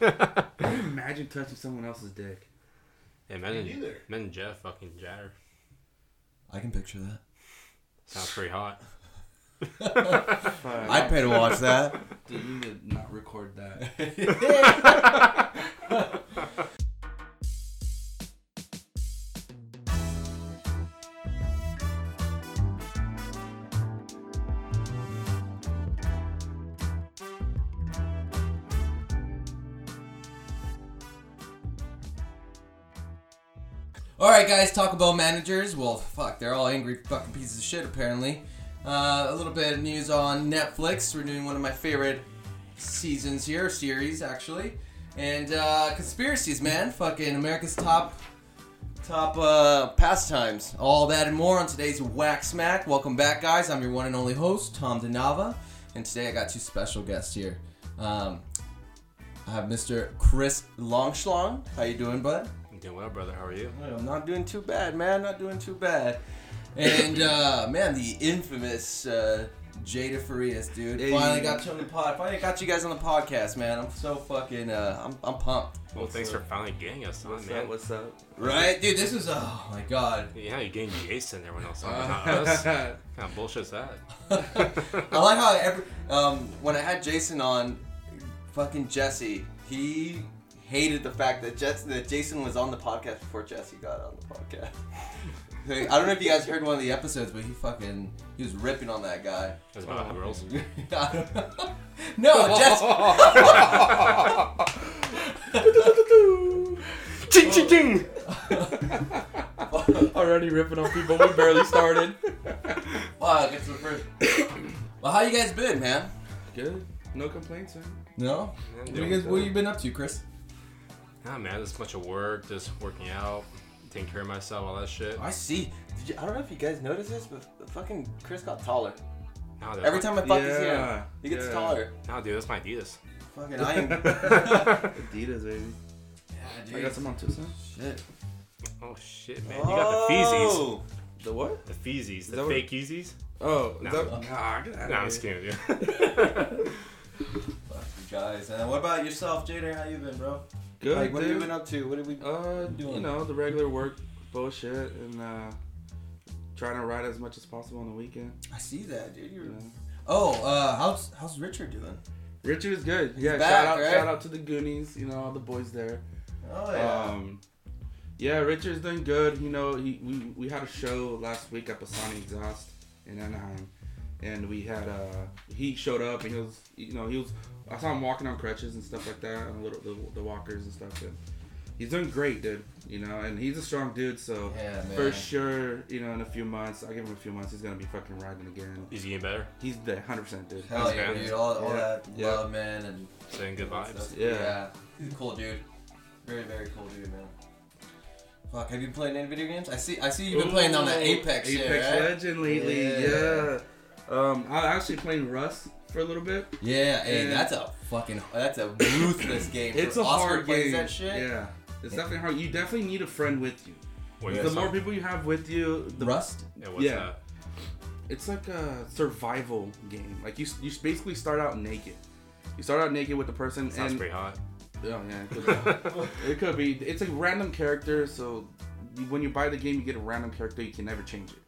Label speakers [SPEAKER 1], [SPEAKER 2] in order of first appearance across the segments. [SPEAKER 1] Imagine touching someone else's dick.
[SPEAKER 2] Yeah, imagine,
[SPEAKER 3] Neither.
[SPEAKER 2] imagine Jeff fucking Jatter.
[SPEAKER 4] I can picture that.
[SPEAKER 2] Sounds pretty hot.
[SPEAKER 1] Fuck.
[SPEAKER 4] I'd pay to watch that.
[SPEAKER 1] Dude, you need to not record that.
[SPEAKER 4] All right, guys, Taco Bell managers. Well, fuck, they're all angry fucking pieces of shit, apparently. Uh, a little bit of news on Netflix. We're doing one of my favorite seasons here, series actually, and uh, conspiracies, man. Fucking America's top top uh, pastimes. All that and more on today's Whack Smack. Welcome back, guys. I'm your one and only host, Tom DeNava, and today I got two special guests here. Um, I have Mr. Chris Longschlong. How you doing, bud?
[SPEAKER 2] You Doing well, brother. How are you?
[SPEAKER 4] I'm not doing too bad, man. Not doing too bad. And uh, man, the infamous uh, Jada Farias, dude.
[SPEAKER 1] Hey.
[SPEAKER 4] Finally got you on the pod. Finally got you guys on the podcast, man. I'm so fucking. Uh, I'm I'm pumped.
[SPEAKER 2] Well,
[SPEAKER 1] What's
[SPEAKER 2] thanks
[SPEAKER 1] up?
[SPEAKER 2] for finally getting us on,
[SPEAKER 1] What's
[SPEAKER 2] man.
[SPEAKER 1] up? What's up?
[SPEAKER 4] Right, dude. This was. Oh my god.
[SPEAKER 2] yeah, you getting Jason and everyone else on, but not us. What
[SPEAKER 1] Uh,
[SPEAKER 2] kind of bullshit's that?
[SPEAKER 4] I like how every um, when I had Jason on, fucking Jesse, he hated the fact that Jetson, that Jason was on the podcast before Jesse got on the podcast. Like, I don't know if you guys heard one of the episodes, but he fucking he was ripping on that guy.
[SPEAKER 2] It's about hot girls.
[SPEAKER 4] no, Jess.
[SPEAKER 2] Ching, ching, ching!
[SPEAKER 3] Already ripping on people. We barely started.
[SPEAKER 4] Fuck, it's the first. well, how you guys been, man?
[SPEAKER 1] Good. No complaints, man.
[SPEAKER 4] No.
[SPEAKER 2] Man,
[SPEAKER 4] What you
[SPEAKER 2] doing
[SPEAKER 4] guys? What
[SPEAKER 2] good.
[SPEAKER 4] you been up to, Chris?
[SPEAKER 2] Nah, man, this much of work, just working out, taking care of myself, all that shit.
[SPEAKER 4] I see. Did you, I don't know if you guys noticed this, but fucking Chris got taller.
[SPEAKER 2] Nah, dude,
[SPEAKER 4] Every
[SPEAKER 2] that's-
[SPEAKER 4] time I fuck his
[SPEAKER 1] Yeah,
[SPEAKER 4] hair, he gets
[SPEAKER 1] yeah.
[SPEAKER 4] taller.
[SPEAKER 2] Nah, dude, that's my Adidas.
[SPEAKER 4] Fucking I am.
[SPEAKER 1] Adidas, baby. I got some on too, son.
[SPEAKER 4] Shit. Oh,
[SPEAKER 2] Oh, shit, man. You got the Feezies.
[SPEAKER 1] The what?
[SPEAKER 2] The Feezies.
[SPEAKER 1] that
[SPEAKER 2] The
[SPEAKER 1] what-
[SPEAKER 2] fake Yeezys.
[SPEAKER 1] Oh,
[SPEAKER 2] No.
[SPEAKER 1] the, nah, get outta
[SPEAKER 2] Nah, I'm
[SPEAKER 1] here.
[SPEAKER 2] just kidding with you.
[SPEAKER 4] Fuck you guys. And what about yourself, Jader? How you been, bro?
[SPEAKER 1] Good,
[SPEAKER 4] like, what have you
[SPEAKER 1] dude.
[SPEAKER 4] been up to? What have we?
[SPEAKER 1] Uh,
[SPEAKER 4] doing?
[SPEAKER 1] you know, the regular work bullshit and uh, trying to ride as much as possible on the weekend.
[SPEAKER 4] I see that, dude.
[SPEAKER 1] You
[SPEAKER 4] You're...
[SPEAKER 1] know.
[SPEAKER 4] Oh, uh, how's how's Richard doing?
[SPEAKER 1] Richard is good. yeah,
[SPEAKER 4] back,
[SPEAKER 1] shout out,
[SPEAKER 4] right?
[SPEAKER 1] shout out to the Goonies. You know, all the boys there.
[SPEAKER 4] Oh
[SPEAKER 1] Um, yeah, Richard's doing good. You know, he we, we had a show last week at Pisani Exhaust in Anaheim, and we had uh he showed up and he was you know he was I saw him walking on crutches and stuff like that and a little the, the walkers and stuff. And he's doing great, dude. You know, and he's a strong dude, so.
[SPEAKER 4] yeah, man.
[SPEAKER 1] For sure, you know, in a few months, I'll give him a few months, he's gonna be fucking riding again.
[SPEAKER 2] He's getting better.
[SPEAKER 1] He's the 100% dude.
[SPEAKER 4] Hell yeah,
[SPEAKER 2] Yeah.
[SPEAKER 4] dude. All, all
[SPEAKER 1] Yeah.
[SPEAKER 4] that
[SPEAKER 1] Yeah.
[SPEAKER 4] love, man, and
[SPEAKER 2] Saying good vibes.
[SPEAKER 1] Yeah.
[SPEAKER 4] He's a cool dude. Very, very cool dude, man. Fuck, have you been playing any video games? I see I see you've been playing on that
[SPEAKER 2] Ooh,
[SPEAKER 4] Apex, shit,
[SPEAKER 1] Apex
[SPEAKER 4] right?
[SPEAKER 1] Legend lately,
[SPEAKER 4] Yeah.
[SPEAKER 1] yeah. Um, I actually playing Rust for a little bit.
[SPEAKER 4] Yeah, hey,
[SPEAKER 1] Yeah.
[SPEAKER 4] that's a fucking that's a ruthless game.
[SPEAKER 1] It's
[SPEAKER 4] For
[SPEAKER 1] a
[SPEAKER 4] Oscar
[SPEAKER 1] hard
[SPEAKER 4] plays
[SPEAKER 1] game.
[SPEAKER 4] That shit.
[SPEAKER 1] Yeah, it's definitely hard. You definitely need a friend with you.
[SPEAKER 2] What
[SPEAKER 4] Yeah,
[SPEAKER 2] you
[SPEAKER 1] the
[SPEAKER 2] guys
[SPEAKER 1] more
[SPEAKER 2] saw?
[SPEAKER 1] people you have with you, the
[SPEAKER 4] Rust.
[SPEAKER 2] Yeah, what's
[SPEAKER 1] yeah.
[SPEAKER 2] that?
[SPEAKER 1] it's like a survival game. Like you, you basically start out naked. You start out naked with the person,
[SPEAKER 2] Sounds
[SPEAKER 1] and
[SPEAKER 2] pretty hot.
[SPEAKER 1] oh yeah, it could, be. It could be. It's a random character, so you, when you buy the game, you get a random character. You can never change it.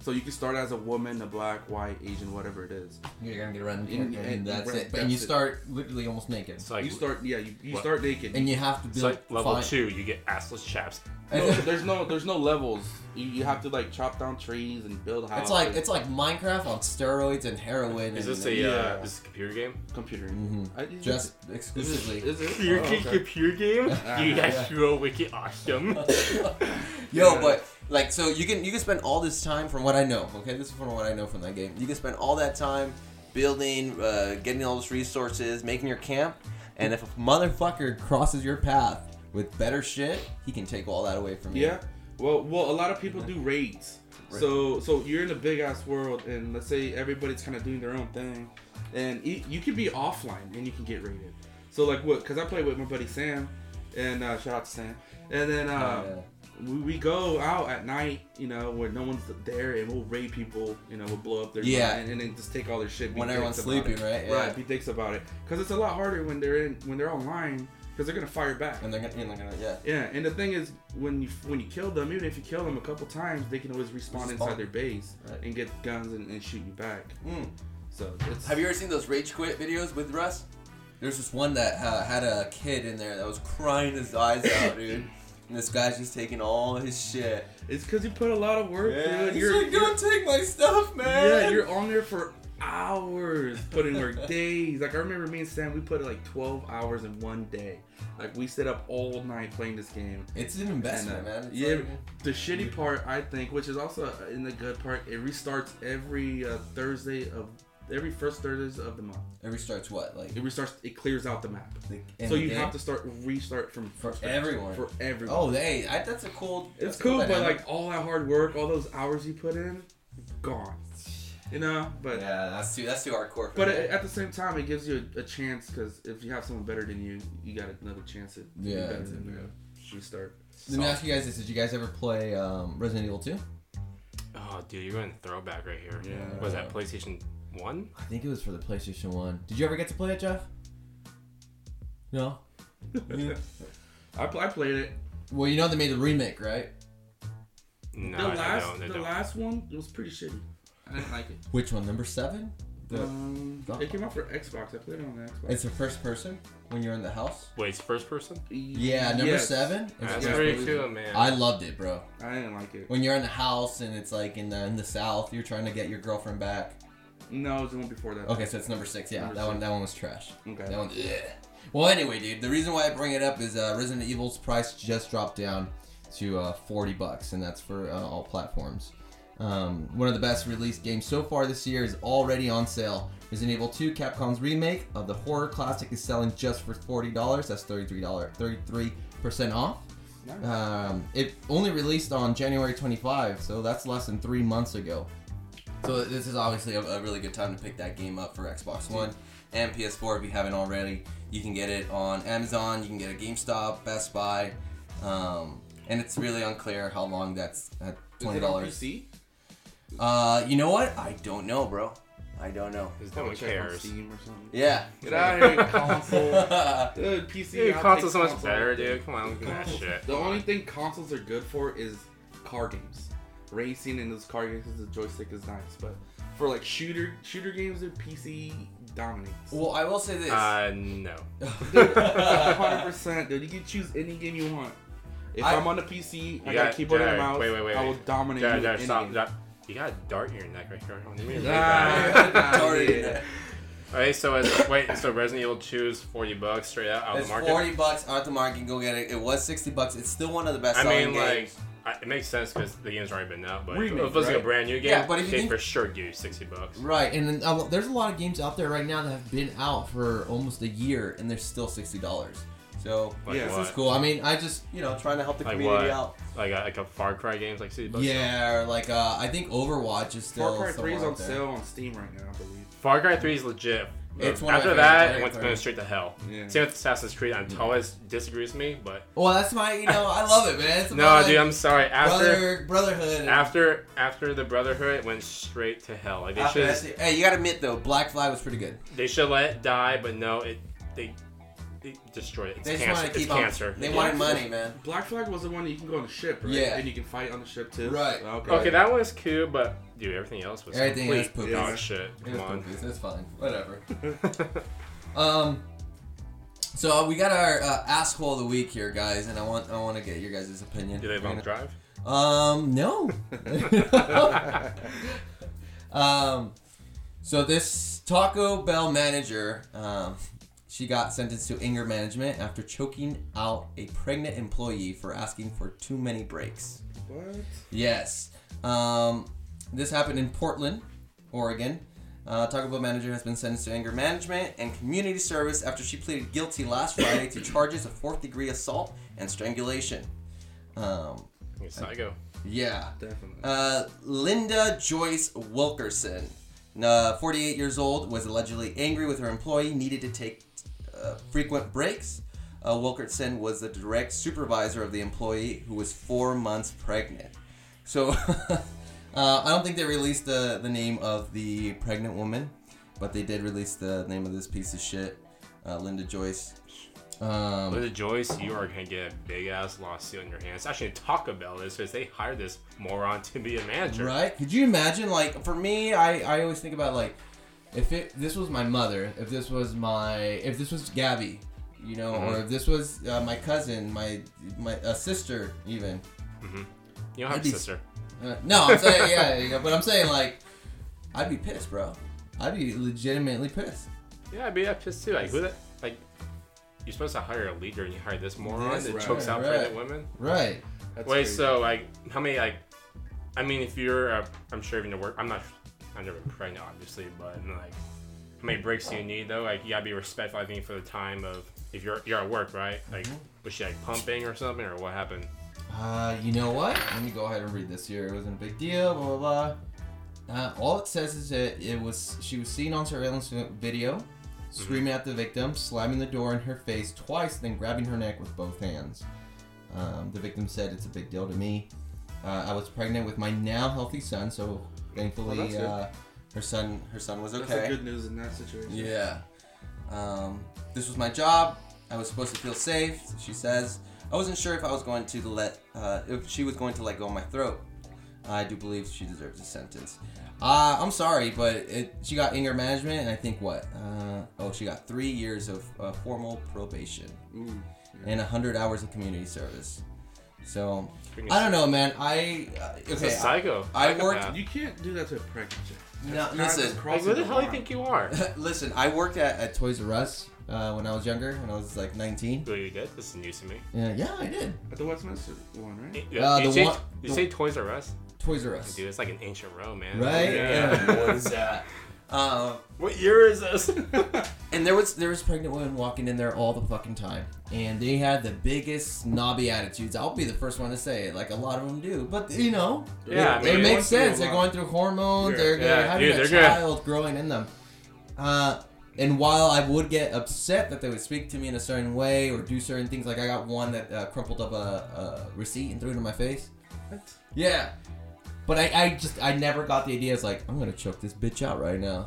[SPEAKER 1] So you can start as a woman, a black, white, Asian, whatever it is.
[SPEAKER 4] You're gonna get around
[SPEAKER 1] And-
[SPEAKER 4] and,
[SPEAKER 1] and-
[SPEAKER 4] that's
[SPEAKER 1] right,
[SPEAKER 4] it. But and
[SPEAKER 1] that's it.
[SPEAKER 4] you start literally almost naked.
[SPEAKER 2] It's like,
[SPEAKER 1] you start, yeah, you, you
[SPEAKER 2] What?
[SPEAKER 1] start naked.
[SPEAKER 4] And you have to
[SPEAKER 2] it's
[SPEAKER 4] build
[SPEAKER 2] like level
[SPEAKER 4] fine-
[SPEAKER 2] two, you get assless chaps.
[SPEAKER 1] No, there's no, there's no levels. You, you have to like chop down trees and build houses.
[SPEAKER 4] It's like it's like Minecraft on steroids and heroin.
[SPEAKER 2] Is
[SPEAKER 4] and,
[SPEAKER 2] this a,
[SPEAKER 1] Yeah.
[SPEAKER 2] uh, this is a computer game?
[SPEAKER 1] computer.
[SPEAKER 4] Mhm.
[SPEAKER 1] I- is it-
[SPEAKER 4] just
[SPEAKER 1] is it-
[SPEAKER 4] exclusively?
[SPEAKER 1] is it-
[SPEAKER 2] Computer
[SPEAKER 1] oh,
[SPEAKER 2] game,
[SPEAKER 1] okay.
[SPEAKER 2] computer game? you
[SPEAKER 4] Yeah.
[SPEAKER 2] guys real wicked awesome.
[SPEAKER 4] Yo,
[SPEAKER 1] Yeah.
[SPEAKER 4] but like, so you can you can spend all this time, from what I know, okay, this is from what I know from that game. You can spend all that time building, uh, getting all those resources, making your camp, and if a motherfucker crosses your path with better shit, he can take all that away from you.
[SPEAKER 1] Yeah. Well, well, a lot of people do raids.
[SPEAKER 4] Right.
[SPEAKER 1] So, so you're in a big ass world, and let's say everybody's kind of doing their own thing, and y- you can be offline and you can get raided. So, like, what? Because I play with my buddy Sam, and uh, shout out to Sam. And then, uh,
[SPEAKER 4] Oh, Yeah.
[SPEAKER 1] we, we go out at night, you know, where no one's there, and we'll raid people, you know, we'll blow up their
[SPEAKER 4] Yeah.
[SPEAKER 1] and, and then just take all their shit be
[SPEAKER 4] When
[SPEAKER 1] dicks
[SPEAKER 4] everyone's
[SPEAKER 1] about
[SPEAKER 4] sleeping,
[SPEAKER 1] it.
[SPEAKER 4] right? Yeah.
[SPEAKER 1] Right, be dicks about it, because it's a lot harder when they're in when they're online, because they're gonna fire back.
[SPEAKER 4] And they're gonna, and they're gonna yeah.
[SPEAKER 1] Yeah, and the thing is, when you when you kill them, even if you kill them a couple times, they can always respawn,
[SPEAKER 4] Respawn.
[SPEAKER 1] inside their base
[SPEAKER 4] Right.
[SPEAKER 1] and get guns and, and shoot you back.
[SPEAKER 4] Mm.
[SPEAKER 1] So it's
[SPEAKER 4] Have you ever seen those rage quit videos with Russ? There's this one that uh, had a kid in there that was crying his eyes out, dude. And this guy's just taking all his shit.
[SPEAKER 1] it's because you put a lot of work,
[SPEAKER 4] Yeah,
[SPEAKER 1] dude.
[SPEAKER 4] he's
[SPEAKER 1] You're,
[SPEAKER 4] like,
[SPEAKER 1] you're-
[SPEAKER 4] don't take my stuff, man.
[SPEAKER 1] yeah, you're on there for hours, putting work days. Like I remember me and Sam, we put like 12 hours in one day. Like we sit up all night playing this game.
[SPEAKER 4] It's an investment,
[SPEAKER 1] And, uh,
[SPEAKER 4] man. It's
[SPEAKER 1] yeah,
[SPEAKER 4] like-
[SPEAKER 1] the shitty part I think, which is also in the good part, it restarts every uh, Thursday of every first Thursdays of the month.
[SPEAKER 4] every starts what like.
[SPEAKER 1] It restarts. It clears out the map.
[SPEAKER 4] the end
[SPEAKER 1] so
[SPEAKER 4] of
[SPEAKER 1] you
[SPEAKER 4] the
[SPEAKER 1] have to
[SPEAKER 4] day?
[SPEAKER 1] start restart from
[SPEAKER 4] For
[SPEAKER 1] scratch.
[SPEAKER 4] everyone.
[SPEAKER 1] For everyone.
[SPEAKER 4] Oh, hey, I, that's a cool.
[SPEAKER 1] it's
[SPEAKER 4] that's a cool
[SPEAKER 1] cool, but
[SPEAKER 4] dynamic.
[SPEAKER 1] like all that hard work, all those hours you put in, gone. You know, but
[SPEAKER 4] yeah, that's too that's too hardcore. For
[SPEAKER 1] but
[SPEAKER 4] me.
[SPEAKER 1] it, at the same time, it gives you a, a chance because if you have someone better than you, you got another chance at to be
[SPEAKER 4] Yeah,
[SPEAKER 1] better
[SPEAKER 4] it's
[SPEAKER 1] than
[SPEAKER 4] in
[SPEAKER 1] you. Restart.
[SPEAKER 4] Let me ask you guys this: Did you guys ever play um, Resident Evil 2?
[SPEAKER 2] Oh, dude, you're going throwback right here.
[SPEAKER 1] Yeah.
[SPEAKER 2] Was that PlayStation One?
[SPEAKER 4] I think it was for the PlayStation One. Did you ever get to play it, Jeff? No.
[SPEAKER 1] I, pl- I played it.
[SPEAKER 4] well, you know they made the remake, right?
[SPEAKER 2] No,
[SPEAKER 1] the
[SPEAKER 2] I
[SPEAKER 1] last
[SPEAKER 2] don't. I
[SPEAKER 1] the
[SPEAKER 2] don't.
[SPEAKER 1] last one was pretty shitty. I didn't like it.
[SPEAKER 4] Which one? Number seven? The-
[SPEAKER 1] um,
[SPEAKER 4] the-
[SPEAKER 1] it came out for Xbox. I played it on the Xbox.
[SPEAKER 4] It's a first person when you're in the house. Wait.
[SPEAKER 2] Wait, it's first person?
[SPEAKER 4] Yeah, number
[SPEAKER 1] Yes.
[SPEAKER 4] seven. It's
[SPEAKER 2] That's
[SPEAKER 4] first
[SPEAKER 2] pretty
[SPEAKER 4] person.
[SPEAKER 2] cool, man.
[SPEAKER 4] I loved it, bro.
[SPEAKER 1] I didn't like it.
[SPEAKER 4] When you're in the house and it's like in the in the south, you're trying to get your girlfriend back.
[SPEAKER 1] No, it was the one before that.
[SPEAKER 4] Okay, so it's number six. Yeah,
[SPEAKER 1] Number
[SPEAKER 4] that
[SPEAKER 1] six.
[SPEAKER 4] one. That one was trash.
[SPEAKER 1] Okay.
[SPEAKER 4] That one. Ugh. Well, anyway, dude, the reason why I bring it up is uh, Resident Evil's price just dropped down to uh, forty bucks, and that's for uh, all platforms. Um, one of the best released games so far this year is already on sale. Resident Evil 2, Capcom's remake of the horror classic, is selling just for forty dollars. That's thirty-three dollars, thirty-three percent off.
[SPEAKER 1] Nice.
[SPEAKER 4] Um, it only released on January 25, so that's less than three months ago. So this is obviously a, a really good time to pick that game up for Xbox One and PS4 if you haven't already. You can get it on Amazon, you can get it at GameStop, Best Buy, um, and it's really unclear how long that's at
[SPEAKER 1] Is
[SPEAKER 4] twenty
[SPEAKER 1] it on
[SPEAKER 4] dollars.
[SPEAKER 1] PC?
[SPEAKER 4] Uh, you know what? I don't know, bro. I don't know.
[SPEAKER 2] Because no
[SPEAKER 1] I'll
[SPEAKER 2] one
[SPEAKER 1] check on
[SPEAKER 2] cares.
[SPEAKER 1] Steam or something.
[SPEAKER 4] Yeah.
[SPEAKER 1] Get out of here, console. Dude, PC.
[SPEAKER 2] Dude,
[SPEAKER 1] I'll take
[SPEAKER 2] console's so much
[SPEAKER 1] console.
[SPEAKER 2] better, dude. Come on, look at that shit.
[SPEAKER 1] The only thing consoles are good for is car games, racing, and those car games. 'cause The joystick is nice, but for like shooter shooter games, the PC dominates.
[SPEAKER 4] well, I will say this.
[SPEAKER 2] Uh, no.
[SPEAKER 1] Hundred percent, dude. You can choose any game you want. If
[SPEAKER 4] I-
[SPEAKER 1] I, am on the PC, I
[SPEAKER 2] You
[SPEAKER 1] got
[SPEAKER 2] got-
[SPEAKER 1] a keyboard and a
[SPEAKER 2] Jared,
[SPEAKER 1] mouse.
[SPEAKER 2] wait, wait, wait,
[SPEAKER 1] I will
[SPEAKER 2] wait.
[SPEAKER 1] dominate
[SPEAKER 2] Jared,
[SPEAKER 1] you.
[SPEAKER 2] Jared,
[SPEAKER 1] with
[SPEAKER 2] stop,
[SPEAKER 1] any game.
[SPEAKER 2] stop. You got a dart in your neck right here. Don't
[SPEAKER 1] Ah,
[SPEAKER 2] even read that.
[SPEAKER 1] get outta
[SPEAKER 4] Sorry.
[SPEAKER 1] here.
[SPEAKER 2] Okay, so as, wait, so Resident Evil 2 is 40 bucks straight out, out of
[SPEAKER 4] It's
[SPEAKER 2] the market?
[SPEAKER 4] forty bucks out the market. Go get it. It was sixty bucks. It's still one of the best.
[SPEAKER 2] I
[SPEAKER 4] selling
[SPEAKER 2] mean, like,
[SPEAKER 4] games.
[SPEAKER 2] I, it makes sense because the game's already been out, but
[SPEAKER 1] Remake,
[SPEAKER 2] if it was like
[SPEAKER 1] right?
[SPEAKER 2] a brand new game,
[SPEAKER 4] Yeah, but if you
[SPEAKER 2] they'd
[SPEAKER 4] think-
[SPEAKER 2] for sure give you 60 bucks.
[SPEAKER 4] right? And then, uh, there's a lot of games out there right now that have been out for almost a year, and they're still sixty dollars. So
[SPEAKER 2] Like
[SPEAKER 1] Yeah.
[SPEAKER 2] what?
[SPEAKER 4] this is cool. I mean, I just you know trying to help the
[SPEAKER 2] Like
[SPEAKER 4] community
[SPEAKER 2] what?
[SPEAKER 4] out.
[SPEAKER 2] Like, a, like a Far Cry game's like 60 bucks?
[SPEAKER 4] Yeah, or like uh, I think Overwatch is still
[SPEAKER 1] Far Cry
[SPEAKER 4] somewhere
[SPEAKER 1] 3 is
[SPEAKER 4] out
[SPEAKER 1] on
[SPEAKER 4] there.
[SPEAKER 1] sale on Steam right now, I believe.
[SPEAKER 2] Far Cry 3 is legit.
[SPEAKER 4] It's
[SPEAKER 2] Uh,
[SPEAKER 4] one of
[SPEAKER 2] After
[SPEAKER 4] my favorites.
[SPEAKER 2] that,
[SPEAKER 4] I
[SPEAKER 2] it went
[SPEAKER 4] agree.
[SPEAKER 2] going straight to hell.
[SPEAKER 1] Yeah.
[SPEAKER 2] Same with Assassin's Creed. And
[SPEAKER 4] Hmm.
[SPEAKER 2] Thomas disagrees with me, but
[SPEAKER 4] Well, that's my you know I love it, man. It's
[SPEAKER 2] no,
[SPEAKER 4] about,
[SPEAKER 2] dude,
[SPEAKER 4] like,
[SPEAKER 2] I'm sorry. After
[SPEAKER 4] brother brotherhood. and-
[SPEAKER 2] after after the Brotherhood, it went straight to hell. Like they
[SPEAKER 4] after
[SPEAKER 2] should
[SPEAKER 4] that's it. Hey, you gotta admit though, Black Flag was pretty good.
[SPEAKER 2] they should let it die, but no, it they they destroyed it. It's
[SPEAKER 4] They just
[SPEAKER 2] cancer.
[SPEAKER 4] wanted to keep
[SPEAKER 2] it's
[SPEAKER 4] on.
[SPEAKER 2] cancer.
[SPEAKER 4] They
[SPEAKER 1] Yeah.
[SPEAKER 4] wanted money, man.
[SPEAKER 1] Black Flag was the one that you can go on the ship, right?
[SPEAKER 4] Yeah.
[SPEAKER 1] And you can fight on the ship too.
[SPEAKER 4] Right.
[SPEAKER 1] Okay.
[SPEAKER 2] Okay, that was cool, but dude, everything else was
[SPEAKER 4] Everything
[SPEAKER 2] complete
[SPEAKER 4] else poopy.
[SPEAKER 2] dog shit.
[SPEAKER 4] It
[SPEAKER 2] Come
[SPEAKER 4] was
[SPEAKER 2] on.
[SPEAKER 4] poopies, It's fine. Whatever. Um, so we got our uh, asshole of the week here, guys, and I want I want to get your guys' opinion.
[SPEAKER 2] Do they long drive?
[SPEAKER 4] Um, no. Oh. um, so this Taco Bell manager, um, she got sentenced to anger management after choking out a pregnant employee for asking for too many breaks.
[SPEAKER 1] What?
[SPEAKER 4] Yes. Um, this happened in Portland, Oregon. Uh, Taco Bell manager has been sentenced to anger management and community service after she pleaded guilty last Friday to charges of fourth degree assault and strangulation. Um,
[SPEAKER 2] It's Psycho.
[SPEAKER 4] yeah.
[SPEAKER 1] Definitely.
[SPEAKER 4] Uh, Linda Joyce Wilkerson, uh, 48 years old, was allegedly angry with her employee, needed to take uh, frequent breaks. uh, Wilkerson was the direct supervisor of the employee who was four months pregnant. So uh, I don't think they released the, the name of the pregnant woman, but they did release the name of this piece of shit, uh, Linda Joyce. Um,
[SPEAKER 2] Linda Joyce, you are gonna get a big ass lawsuit on your hands. Actually, Taco Bell is because they hired this moron to be a manager.
[SPEAKER 4] Right? Could you imagine? Like for me, I I always think about like if it this was my mother, if this was my if this was Gabby, you know, or if this was uh, my cousin, my my uh, sister, even.
[SPEAKER 2] You don't have a
[SPEAKER 4] That'd be-
[SPEAKER 2] sister.
[SPEAKER 4] Uh, no, I'm saying yeah, yeah, but I'm saying like I'd be pissed, bro. I'd be legitimately pissed.
[SPEAKER 2] Yeah, I'd be that pissed too. Like who that? Like you're supposed to hire a leader and you hire this moron
[SPEAKER 4] This
[SPEAKER 2] that
[SPEAKER 1] right,
[SPEAKER 2] chokes out
[SPEAKER 4] right.
[SPEAKER 2] pregnant women.
[SPEAKER 4] Right.
[SPEAKER 1] That's
[SPEAKER 2] Wait,
[SPEAKER 1] crazy.
[SPEAKER 2] so like how many like? I mean, if you're, uh, I'm sure if you're work, I'm not, I'm never pregnant, obviously, but like, how many breaks do you need though? Like, you gotta be respectful, I think, for the time of if you're you're at work, right? Like,
[SPEAKER 4] Mm-hmm.
[SPEAKER 2] was she like pumping or something, or what happened?
[SPEAKER 4] Uh, you know what? Let me go ahead and read this here. It wasn't a big deal. Blah blah blah. Uh, all it says is that it was she was seen on surveillance video,
[SPEAKER 1] Mm-hmm.
[SPEAKER 4] screaming at the victim, slamming the door in her face twice, then grabbing her neck with both hands. Um, the victim said, "It's a big deal to me. Uh, I was pregnant with my now healthy son, so
[SPEAKER 1] Well,
[SPEAKER 4] thankfully,
[SPEAKER 1] Oh, that's good.
[SPEAKER 4] uh, her son her son was okay."
[SPEAKER 1] That's the good news in that situation.
[SPEAKER 4] Yeah. Um, this was my job. I was supposed to feel safe. She says, I wasn't sure if I was going to let, uh, if she was going to let go of my throat. I do believe she deserves a sentence. Uh, I'm sorry, but it, she got anger management, and I think what? Uh, oh, she got three years of uh, formal probation
[SPEAKER 1] Ooh.
[SPEAKER 4] and 100 hours of community service. So,
[SPEAKER 2] Freaking
[SPEAKER 4] I don't know, man. I, uh,
[SPEAKER 2] It's a
[SPEAKER 4] okay. I,
[SPEAKER 2] psycho.
[SPEAKER 4] I worked-
[SPEAKER 2] psychopath.
[SPEAKER 1] You can't do that to a pregnant chick.
[SPEAKER 4] No,
[SPEAKER 1] That's not-
[SPEAKER 4] listen.
[SPEAKER 1] that's
[SPEAKER 2] Like,
[SPEAKER 1] crossing
[SPEAKER 2] who the hell do you
[SPEAKER 1] line.
[SPEAKER 2] think you are?
[SPEAKER 4] listen, I worked at, at Toys R Us uh, when I was younger, when I was like 19.
[SPEAKER 2] Who you did? This is news to me.
[SPEAKER 4] Yeah, yeah, I did.
[SPEAKER 1] At the Westminster one, right?
[SPEAKER 2] You,
[SPEAKER 4] Uh,
[SPEAKER 2] you
[SPEAKER 4] the
[SPEAKER 2] say,
[SPEAKER 4] one-
[SPEAKER 2] you
[SPEAKER 4] the-
[SPEAKER 2] say Toys R Us,
[SPEAKER 4] Toys R Us.
[SPEAKER 2] dude. It's like an ancient Rome, man.
[SPEAKER 4] Right?
[SPEAKER 2] Yeah.
[SPEAKER 4] Yeah. What is that? Uh,
[SPEAKER 2] what year is this?
[SPEAKER 4] and there was there was pregnant women walking in there all the fucking time, and they had the biggest snobby attitudes. I'll be the first one to say it. Like a lot of them do, but you know,
[SPEAKER 2] Yeah, I
[SPEAKER 4] it,
[SPEAKER 2] mean-
[SPEAKER 4] it
[SPEAKER 2] They're
[SPEAKER 4] makes sense. They're going through hormones.
[SPEAKER 1] Yeah.
[SPEAKER 4] They're, they're
[SPEAKER 2] Yeah,
[SPEAKER 4] having
[SPEAKER 2] dude,
[SPEAKER 4] a
[SPEAKER 2] they're good.
[SPEAKER 4] child growing in them. Uh, and while I would get upset that they would speak to me in a certain way or do certain things, like I got one that uh, crumpled up a, a receipt and through it in my face.
[SPEAKER 1] What?
[SPEAKER 4] Yeah. But I, I just I never got the idea. It's like I'm gonna choke this bitch out right now.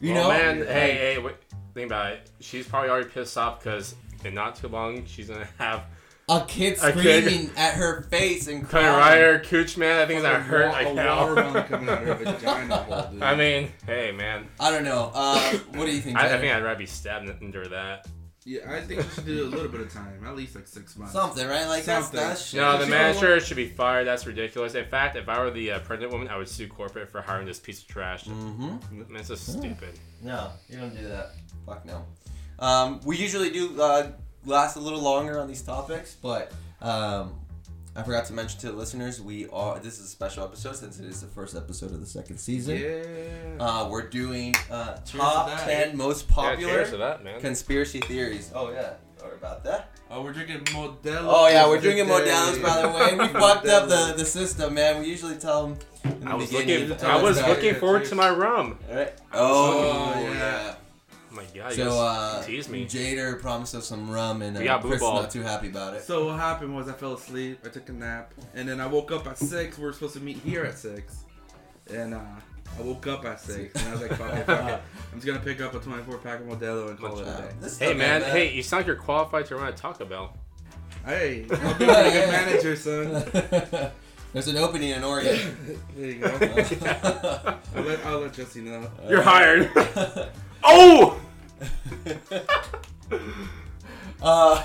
[SPEAKER 4] You
[SPEAKER 2] Well,
[SPEAKER 4] know,
[SPEAKER 2] Oh, man. Hey, hey, wait, think about it. She's probably already pissed off because in not too long she's gonna have
[SPEAKER 4] a kid
[SPEAKER 2] A kid-
[SPEAKER 4] screaming at her face and
[SPEAKER 2] Clay
[SPEAKER 4] crying.
[SPEAKER 2] Ryder, Cooch, man. I think that
[SPEAKER 1] Fucking
[SPEAKER 2] hurt
[SPEAKER 1] wa-
[SPEAKER 2] like
[SPEAKER 1] a watermelon
[SPEAKER 2] hell.
[SPEAKER 1] coming out of her vagina hole, dude.
[SPEAKER 2] I mean, hey, man.
[SPEAKER 4] I don't know. Uh, what do you think?
[SPEAKER 2] I, I
[SPEAKER 4] Tanner?
[SPEAKER 2] think I'd rather be stabbed than endure that.
[SPEAKER 1] yeah, I think you should do a little bit of time, at least like six months.
[SPEAKER 4] something, right? Like
[SPEAKER 1] Something.
[SPEAKER 4] that's that's shit.
[SPEAKER 2] No,
[SPEAKER 1] you
[SPEAKER 2] the
[SPEAKER 1] know
[SPEAKER 2] manager should be fired. That's ridiculous. In fact, if I were the uh, pregnant woman, I would sue corporate for hiring this piece of trash.
[SPEAKER 4] Mm-hmm.
[SPEAKER 2] Man, it's just stupid.
[SPEAKER 4] No, you don't do that. Fuck no. Um, we usually do uh, last a little longer on these topics, but um, I forgot to mention to the listeners we are. This is a special episode since it is the first episode of the second season.
[SPEAKER 1] Yeah.
[SPEAKER 4] Uh, we're doing uh,
[SPEAKER 1] to
[SPEAKER 4] top
[SPEAKER 1] that.
[SPEAKER 4] ten most
[SPEAKER 2] Yeah,
[SPEAKER 4] popular
[SPEAKER 2] cheers to that, man.
[SPEAKER 4] conspiracy theories. Oh yeah, sorry about that.
[SPEAKER 1] Oh, we're drinking Modelo.
[SPEAKER 4] Oh yeah, we're drinking
[SPEAKER 1] Modelo's
[SPEAKER 4] Modelo's by the way. We fucked up the, the system, man. We usually tell them. In the
[SPEAKER 2] I was
[SPEAKER 4] beginning,
[SPEAKER 2] looking.
[SPEAKER 4] but
[SPEAKER 2] I
[SPEAKER 4] it's
[SPEAKER 2] was
[SPEAKER 4] better.
[SPEAKER 2] looking forward
[SPEAKER 1] Cheers.
[SPEAKER 2] to my rum.
[SPEAKER 4] All right.
[SPEAKER 1] Oh,
[SPEAKER 4] Oh
[SPEAKER 1] yeah.
[SPEAKER 4] yeah.
[SPEAKER 2] Oh my god, you
[SPEAKER 4] So uh,
[SPEAKER 2] guys tease me.
[SPEAKER 4] Jader promised us some rum, and
[SPEAKER 2] We
[SPEAKER 4] uh,
[SPEAKER 2] got blue
[SPEAKER 4] Chris is
[SPEAKER 2] ball.
[SPEAKER 4] not too happy about it.
[SPEAKER 1] So what happened was I fell asleep. I took a nap, and then I woke up at six. We were supposed to meet here at six, and uh, I woke up at six, and I was like, fuck it, fuck it. I'm just gonna pick up a 24 pack of Modelo and call it
[SPEAKER 4] Uh,
[SPEAKER 1] a day.
[SPEAKER 4] this is
[SPEAKER 2] Hey
[SPEAKER 4] not
[SPEAKER 2] man,
[SPEAKER 4] bad.
[SPEAKER 2] hey, you sound like you're qualified to run a Taco Bell.
[SPEAKER 1] Hey, I'll be a good manager, son.
[SPEAKER 4] There's an opening in Oregon.
[SPEAKER 1] There you go. I'll let, I'll let Jesse know.
[SPEAKER 2] You're hired. oh,
[SPEAKER 4] Uh,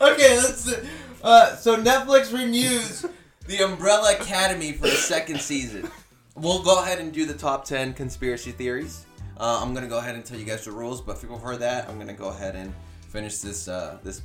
[SPEAKER 4] okay, let's. Uh, so Netflix renews the Umbrella Academy for a second season. We'll go ahead and do the top ten conspiracy theories. Uh, I'm gonna go ahead and tell you guys the rules, but before that, I'm gonna go ahead and finish this uh, this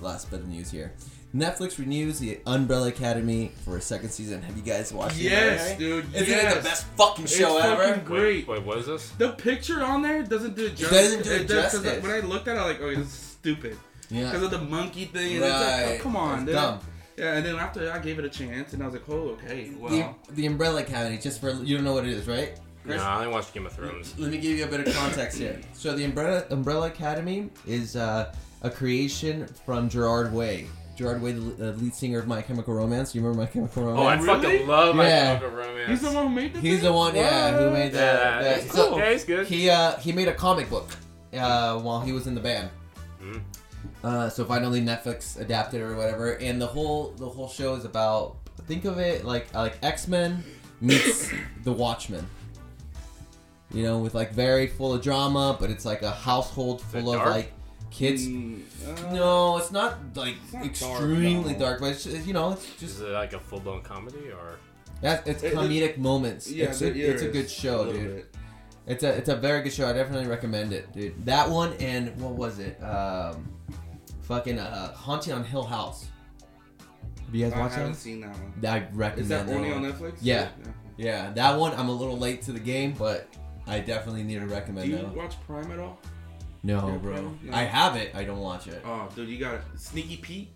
[SPEAKER 4] last bit of news here. Netflix renews the Umbrella Academy for a second season. Have you guys watched it?
[SPEAKER 1] Yes, dude.
[SPEAKER 4] Isn't
[SPEAKER 1] yes.
[SPEAKER 4] it the best fucking show
[SPEAKER 1] it's
[SPEAKER 4] ever?
[SPEAKER 1] Fucking great.
[SPEAKER 2] Wait, wait, what is this?
[SPEAKER 1] The picture on there doesn't do it justice.
[SPEAKER 4] doesn't do it
[SPEAKER 1] does- 'cause
[SPEAKER 4] justice.
[SPEAKER 1] When I looked at it, I'm like, okay, this is stupid.
[SPEAKER 4] yeah.
[SPEAKER 1] Because of the monkey thing. And it's like,
[SPEAKER 4] Right.
[SPEAKER 1] oh, come on,
[SPEAKER 4] It's
[SPEAKER 1] dude.
[SPEAKER 4] dumb.
[SPEAKER 1] Yeah, and then after that, I gave it a chance, and I was like, oh, okay, well.
[SPEAKER 4] the, the Umbrella Academy, just for you don't know what it is, right?
[SPEAKER 5] Chris?
[SPEAKER 2] Nah, I only watched Game of Thrones.
[SPEAKER 5] Let me give you a bit of context here.
[SPEAKER 4] So the Umbrella Umbrella Academy is uh, a creation from Gerard Way. Gerard Way, the uh, lead singer of My Chemical Romance. You remember My Chemical
[SPEAKER 2] Oh, I
[SPEAKER 4] Romance?
[SPEAKER 1] Really?
[SPEAKER 2] fucking love my
[SPEAKER 4] Yeah.
[SPEAKER 2] Chemical Romance.
[SPEAKER 1] He's the one who made the
[SPEAKER 4] He's the
[SPEAKER 1] thing?
[SPEAKER 4] one, yeah, who made
[SPEAKER 2] Yeah,
[SPEAKER 4] that. that-
[SPEAKER 2] it's
[SPEAKER 4] so
[SPEAKER 2] cool. Yeah, he's good.
[SPEAKER 4] he uh, he made a comic book uh, while he was in the band.
[SPEAKER 2] Hmm.
[SPEAKER 4] Uh, so finally Netflix adapted or whatever, and the whole the whole show is about think of it like uh, like X Men meets The Watchmen. You know, with like very full of drama, but it's like a household
[SPEAKER 2] it
[SPEAKER 4] full of
[SPEAKER 2] dark?
[SPEAKER 4] like kids.
[SPEAKER 1] Mm, uh,
[SPEAKER 4] No, it's not like
[SPEAKER 1] not dark,
[SPEAKER 4] extremely
[SPEAKER 1] no.
[SPEAKER 4] dark, but it's just, you know, it's
[SPEAKER 2] Is
[SPEAKER 4] just
[SPEAKER 2] it like a full blown comedy or?
[SPEAKER 4] that it's
[SPEAKER 1] It- it-
[SPEAKER 4] comedic moments.
[SPEAKER 1] Yeah,
[SPEAKER 4] it's,
[SPEAKER 1] there-
[SPEAKER 4] a, it's a
[SPEAKER 1] there
[SPEAKER 4] good
[SPEAKER 1] is
[SPEAKER 4] show,
[SPEAKER 1] little
[SPEAKER 4] dude.
[SPEAKER 1] bit.
[SPEAKER 4] It's a it's a very good show. I definitely recommend it, dude. That one and what was it? Um, fucking uh, Haunting on Hill House. Have you guys
[SPEAKER 1] I
[SPEAKER 4] watched
[SPEAKER 1] haven't
[SPEAKER 4] that?
[SPEAKER 1] seen that one.
[SPEAKER 4] one? I recommend
[SPEAKER 1] Uh-huh. Is that only
[SPEAKER 4] one.
[SPEAKER 1] on Netflix?
[SPEAKER 4] Yeah. Yeah, that one. I'm a little late to the game, but I definitely need to
[SPEAKER 1] Do
[SPEAKER 4] recommend
[SPEAKER 1] you
[SPEAKER 4] that one.
[SPEAKER 1] watch Prime at all?
[SPEAKER 4] No,
[SPEAKER 1] Yeah,
[SPEAKER 4] bro,
[SPEAKER 1] no.
[SPEAKER 4] I have it. I don't watch it.
[SPEAKER 1] Oh, dude, you got Sneaky Pete,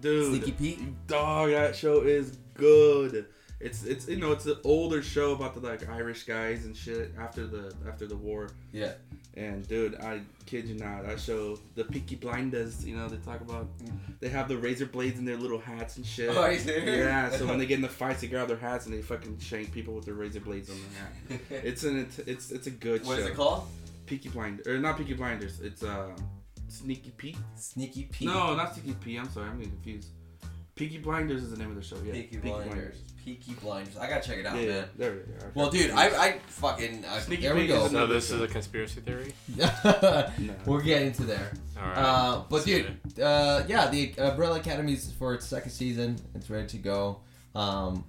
[SPEAKER 1] dude.
[SPEAKER 4] Sneaky Pete?
[SPEAKER 1] dog. That show is good. It's it's you know it's an older show about the like Irish guys and shit after the after the war.
[SPEAKER 4] Yeah.
[SPEAKER 1] And dude, I kid you not, that show the Peaky Blinders. You know they talk about they have the razor blades in their little hats and shit.
[SPEAKER 5] Mm. Oh, are you serious?
[SPEAKER 1] Yeah. So when they get in the fights, they grab their hats and they fucking shank people with their razor blades on their hat. It's an it's it's a good
[SPEAKER 5] What
[SPEAKER 1] show.
[SPEAKER 5] is it called?
[SPEAKER 1] Peaky Blinders or not Peaky Blinders? It's um Sneaky Pete.
[SPEAKER 4] Sneaky Pete.
[SPEAKER 1] No, not Sneaky P. I'm sorry, I'm getting confused. Peaky Blinders is the name of the show. Yeah,
[SPEAKER 5] Peaky Blinders. Peaky Blinders. I gotta check it out,
[SPEAKER 1] Yeah, yeah,
[SPEAKER 5] man.
[SPEAKER 1] there we go.
[SPEAKER 5] Well, dude, I, I fucking uh,
[SPEAKER 1] Sneaky
[SPEAKER 4] there we
[SPEAKER 1] Pete
[SPEAKER 4] go.
[SPEAKER 1] is
[SPEAKER 2] No,
[SPEAKER 1] another
[SPEAKER 2] this
[SPEAKER 1] show.
[SPEAKER 2] is a conspiracy theory.
[SPEAKER 1] No.
[SPEAKER 4] We're getting to there.
[SPEAKER 2] All right.
[SPEAKER 4] Uh,
[SPEAKER 2] Let's
[SPEAKER 4] but dude, uh, yeah, the Umbrella Academy's for its second season. It's ready to go. Um,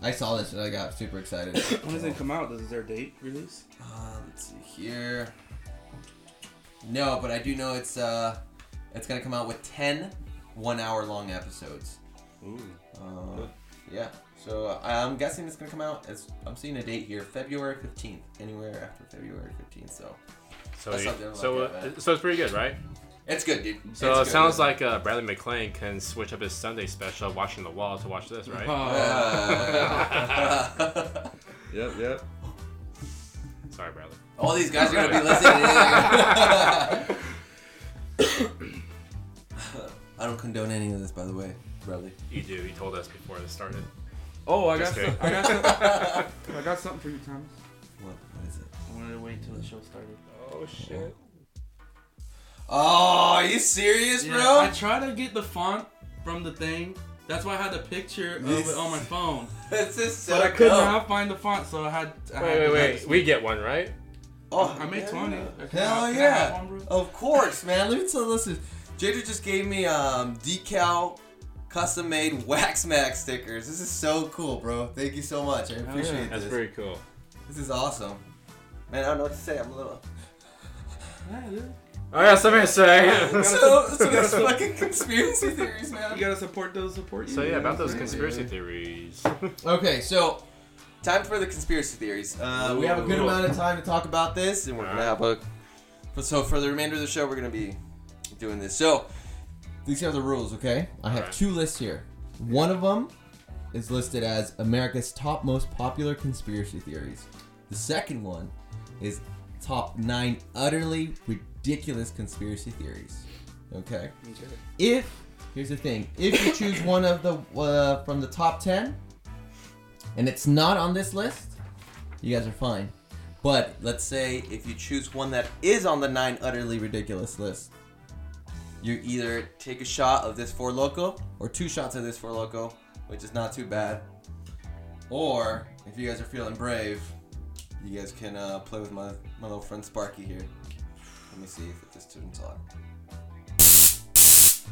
[SPEAKER 4] I saw this and I got super excited.
[SPEAKER 1] when does it come out? Is there a date release?
[SPEAKER 5] Uh, let's see here.
[SPEAKER 4] Here. No, but I do know it's uh, it's gonna come out with 10 one hour long episodes.
[SPEAKER 1] Ooh.
[SPEAKER 4] Uh, yeah. So uh, I'm guessing it's gonna come out. It's, I'm seeing a date here, February 15th. Anywhere after February 15th. So
[SPEAKER 2] so,
[SPEAKER 4] that's
[SPEAKER 2] you-
[SPEAKER 4] something like
[SPEAKER 2] so,
[SPEAKER 4] that,
[SPEAKER 2] uh,
[SPEAKER 4] man.
[SPEAKER 2] so it's pretty good, right?
[SPEAKER 4] it's good, dude.
[SPEAKER 2] So
[SPEAKER 4] It's
[SPEAKER 2] it
[SPEAKER 4] good.
[SPEAKER 2] sounds like uh, Bradley McLean can switch up his Sunday special, of watching The Wall, to watch this, right?
[SPEAKER 5] Uh,
[SPEAKER 1] Yep, yep.
[SPEAKER 2] Sorry, Bradley.
[SPEAKER 5] all these guys are gonna be listening. I don't condone any of this, by the way, Bradley.
[SPEAKER 2] You do. You told us before this started.
[SPEAKER 1] Oh, I
[SPEAKER 2] Just
[SPEAKER 1] got, some,
[SPEAKER 2] kidding.
[SPEAKER 1] I, got some, I got something for you, Thomas.
[SPEAKER 5] What? What is it?
[SPEAKER 1] I wanted to wait till the show started.
[SPEAKER 2] Oh shit.
[SPEAKER 5] Oh, are you serious,
[SPEAKER 1] Yeah,
[SPEAKER 5] bro?
[SPEAKER 1] I tried to get the font from the thing. That's why I had the picture of
[SPEAKER 5] Yes.
[SPEAKER 1] it on my phone,
[SPEAKER 5] This is so
[SPEAKER 1] but I could
[SPEAKER 5] dumb.
[SPEAKER 1] not find the font, so I had. I had to
[SPEAKER 2] Wait, wait,
[SPEAKER 1] have
[SPEAKER 2] wait.
[SPEAKER 1] this-
[SPEAKER 2] We get one, right?
[SPEAKER 5] Oh,
[SPEAKER 1] I made
[SPEAKER 5] yeah.
[SPEAKER 1] twenty.
[SPEAKER 5] Hell yeah. Of course, man. Let me tell listen. Jada just gave me um decal custom made wax max stickers. This is so cool, bro. Thank you so much. I appreciate
[SPEAKER 1] yeah.
[SPEAKER 5] this.
[SPEAKER 2] That's pretty cool.
[SPEAKER 5] This is awesome. Man, I don't know what to say. I'm a little
[SPEAKER 2] I got Oh, something to say.
[SPEAKER 5] so, so there's fucking conspiracy theories, man.
[SPEAKER 1] You gotta support those support you.
[SPEAKER 2] so
[SPEAKER 1] you
[SPEAKER 2] yeah,
[SPEAKER 1] know
[SPEAKER 2] about
[SPEAKER 1] what I'm
[SPEAKER 2] those
[SPEAKER 1] saying?
[SPEAKER 2] conspiracy theories.
[SPEAKER 4] Okay, so
[SPEAKER 5] Time for the conspiracy theories. Uh, we have a good
[SPEAKER 2] Ooh.
[SPEAKER 5] amount of time to talk about this, and we're gonna have a. But so for the remainder of the show, we're gonna be doing this. So
[SPEAKER 4] These are the rules, okay? I have
[SPEAKER 2] Alright.
[SPEAKER 4] two lists here. One of them is listed as America's top most popular conspiracy theories. The second one is top nine utterly ridiculous conspiracy theories. Okay.
[SPEAKER 1] Okay.
[SPEAKER 4] If here's the thing, if you choose one of the uh, from the top ten, and it's not on this list, you guys are fine. But
[SPEAKER 5] let's say if you choose one that
[SPEAKER 4] is on the nine utterly ridiculous list.
[SPEAKER 5] you either take a shot of this four loco or two shots of this four loco, which is not too bad. Or if you guys are feeling brave, you guys can uh, play with my my little friend Sparky here. Let me see if this turns on.
[SPEAKER 2] Jesus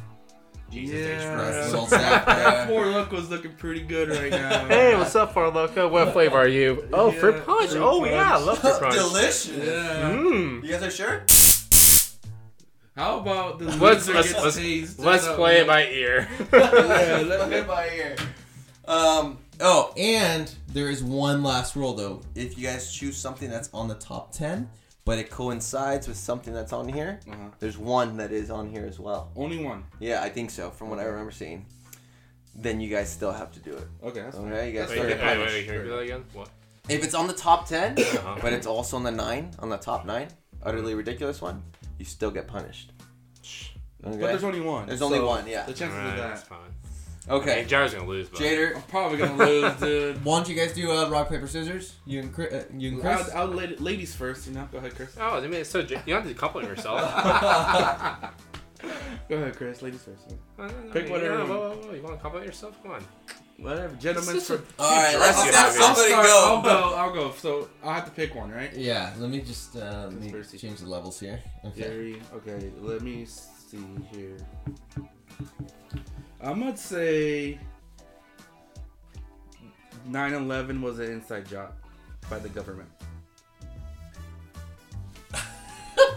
[SPEAKER 2] H.
[SPEAKER 1] Yeah.
[SPEAKER 5] Right,
[SPEAKER 1] Uh,
[SPEAKER 5] salt sack there.
[SPEAKER 1] That poor look was looking pretty good right now.
[SPEAKER 2] Hey, what's up, Farloka? What flavor are you? Oh,
[SPEAKER 1] Yeah,
[SPEAKER 2] fruit punch.
[SPEAKER 1] fruit
[SPEAKER 2] oh yeah, I
[SPEAKER 1] punch.
[SPEAKER 2] love fruit punch.
[SPEAKER 5] Delicious.
[SPEAKER 1] Yeah.
[SPEAKER 2] Mmm.
[SPEAKER 5] You guys are sure?
[SPEAKER 1] How about the
[SPEAKER 2] Let's
[SPEAKER 1] loser
[SPEAKER 2] let's
[SPEAKER 1] gets
[SPEAKER 2] let's,
[SPEAKER 1] tased?
[SPEAKER 2] let's
[SPEAKER 1] That's
[SPEAKER 2] play it
[SPEAKER 1] up.
[SPEAKER 2] by ear.
[SPEAKER 1] Yeah, let-
[SPEAKER 5] Play it by ear. Um. Oh,
[SPEAKER 4] And there is one last rule though.
[SPEAKER 5] if you guys choose something that's on the top ten, but it coincides with something that's on here,
[SPEAKER 1] Uh-huh.
[SPEAKER 5] there's one that is on here as well.
[SPEAKER 1] Only one.
[SPEAKER 5] Yeah, I think so, from
[SPEAKER 1] Mm-hmm.
[SPEAKER 5] what I remember seeing. Then you guys still have to do it.
[SPEAKER 1] Okay, that's fine.
[SPEAKER 5] Okay, you guys
[SPEAKER 2] wait,
[SPEAKER 5] still
[SPEAKER 2] wait,
[SPEAKER 5] have
[SPEAKER 2] wait,
[SPEAKER 5] to
[SPEAKER 2] wait, can you do that again? What?
[SPEAKER 4] If it's on the top 10,
[SPEAKER 2] Uh-huh.
[SPEAKER 4] but it's also on the 9, on the top 9, utterly ridiculous one, you still get punished. Okay?
[SPEAKER 1] But there's only one.
[SPEAKER 4] There's only
[SPEAKER 1] so
[SPEAKER 4] one, yeah.
[SPEAKER 1] The chances
[SPEAKER 2] Alright,
[SPEAKER 1] of
[SPEAKER 2] that's
[SPEAKER 1] that.
[SPEAKER 2] fine. Hey,
[SPEAKER 4] Okay.
[SPEAKER 2] Jared's gonna lose, but
[SPEAKER 1] I'm
[SPEAKER 6] Jader,
[SPEAKER 1] probably gonna lose, dude.
[SPEAKER 6] why don't you guys do uh, rock paper scissors? You and Chris, uh, you and Chris.
[SPEAKER 1] I'll, I'll la- ladies first, you know. Go ahead, Chris.
[SPEAKER 2] Oh, I mean, it's so you don't have to compliment yourself.
[SPEAKER 1] Go ahead, Chris. Ladies first. Pick
[SPEAKER 2] Pick
[SPEAKER 1] whatever
[SPEAKER 2] Whoa,
[SPEAKER 1] you-
[SPEAKER 2] whoa, whoa! You want to compliment yourself? Come on.
[SPEAKER 1] Whatever, gentlemen.
[SPEAKER 2] It's just
[SPEAKER 1] first.
[SPEAKER 6] All right, let's
[SPEAKER 2] dress
[SPEAKER 6] let
[SPEAKER 2] you out, man.
[SPEAKER 6] somebody
[SPEAKER 1] I'll
[SPEAKER 6] go.
[SPEAKER 1] go. I'll go. So I have to pick one, right?
[SPEAKER 6] Yeah, let me just uh, let me
[SPEAKER 1] Conspiracy.
[SPEAKER 6] change the levels here. Okay.
[SPEAKER 1] Jerry. Okay, let me see here. I'm gonna say 9/11 was an inside job by the government.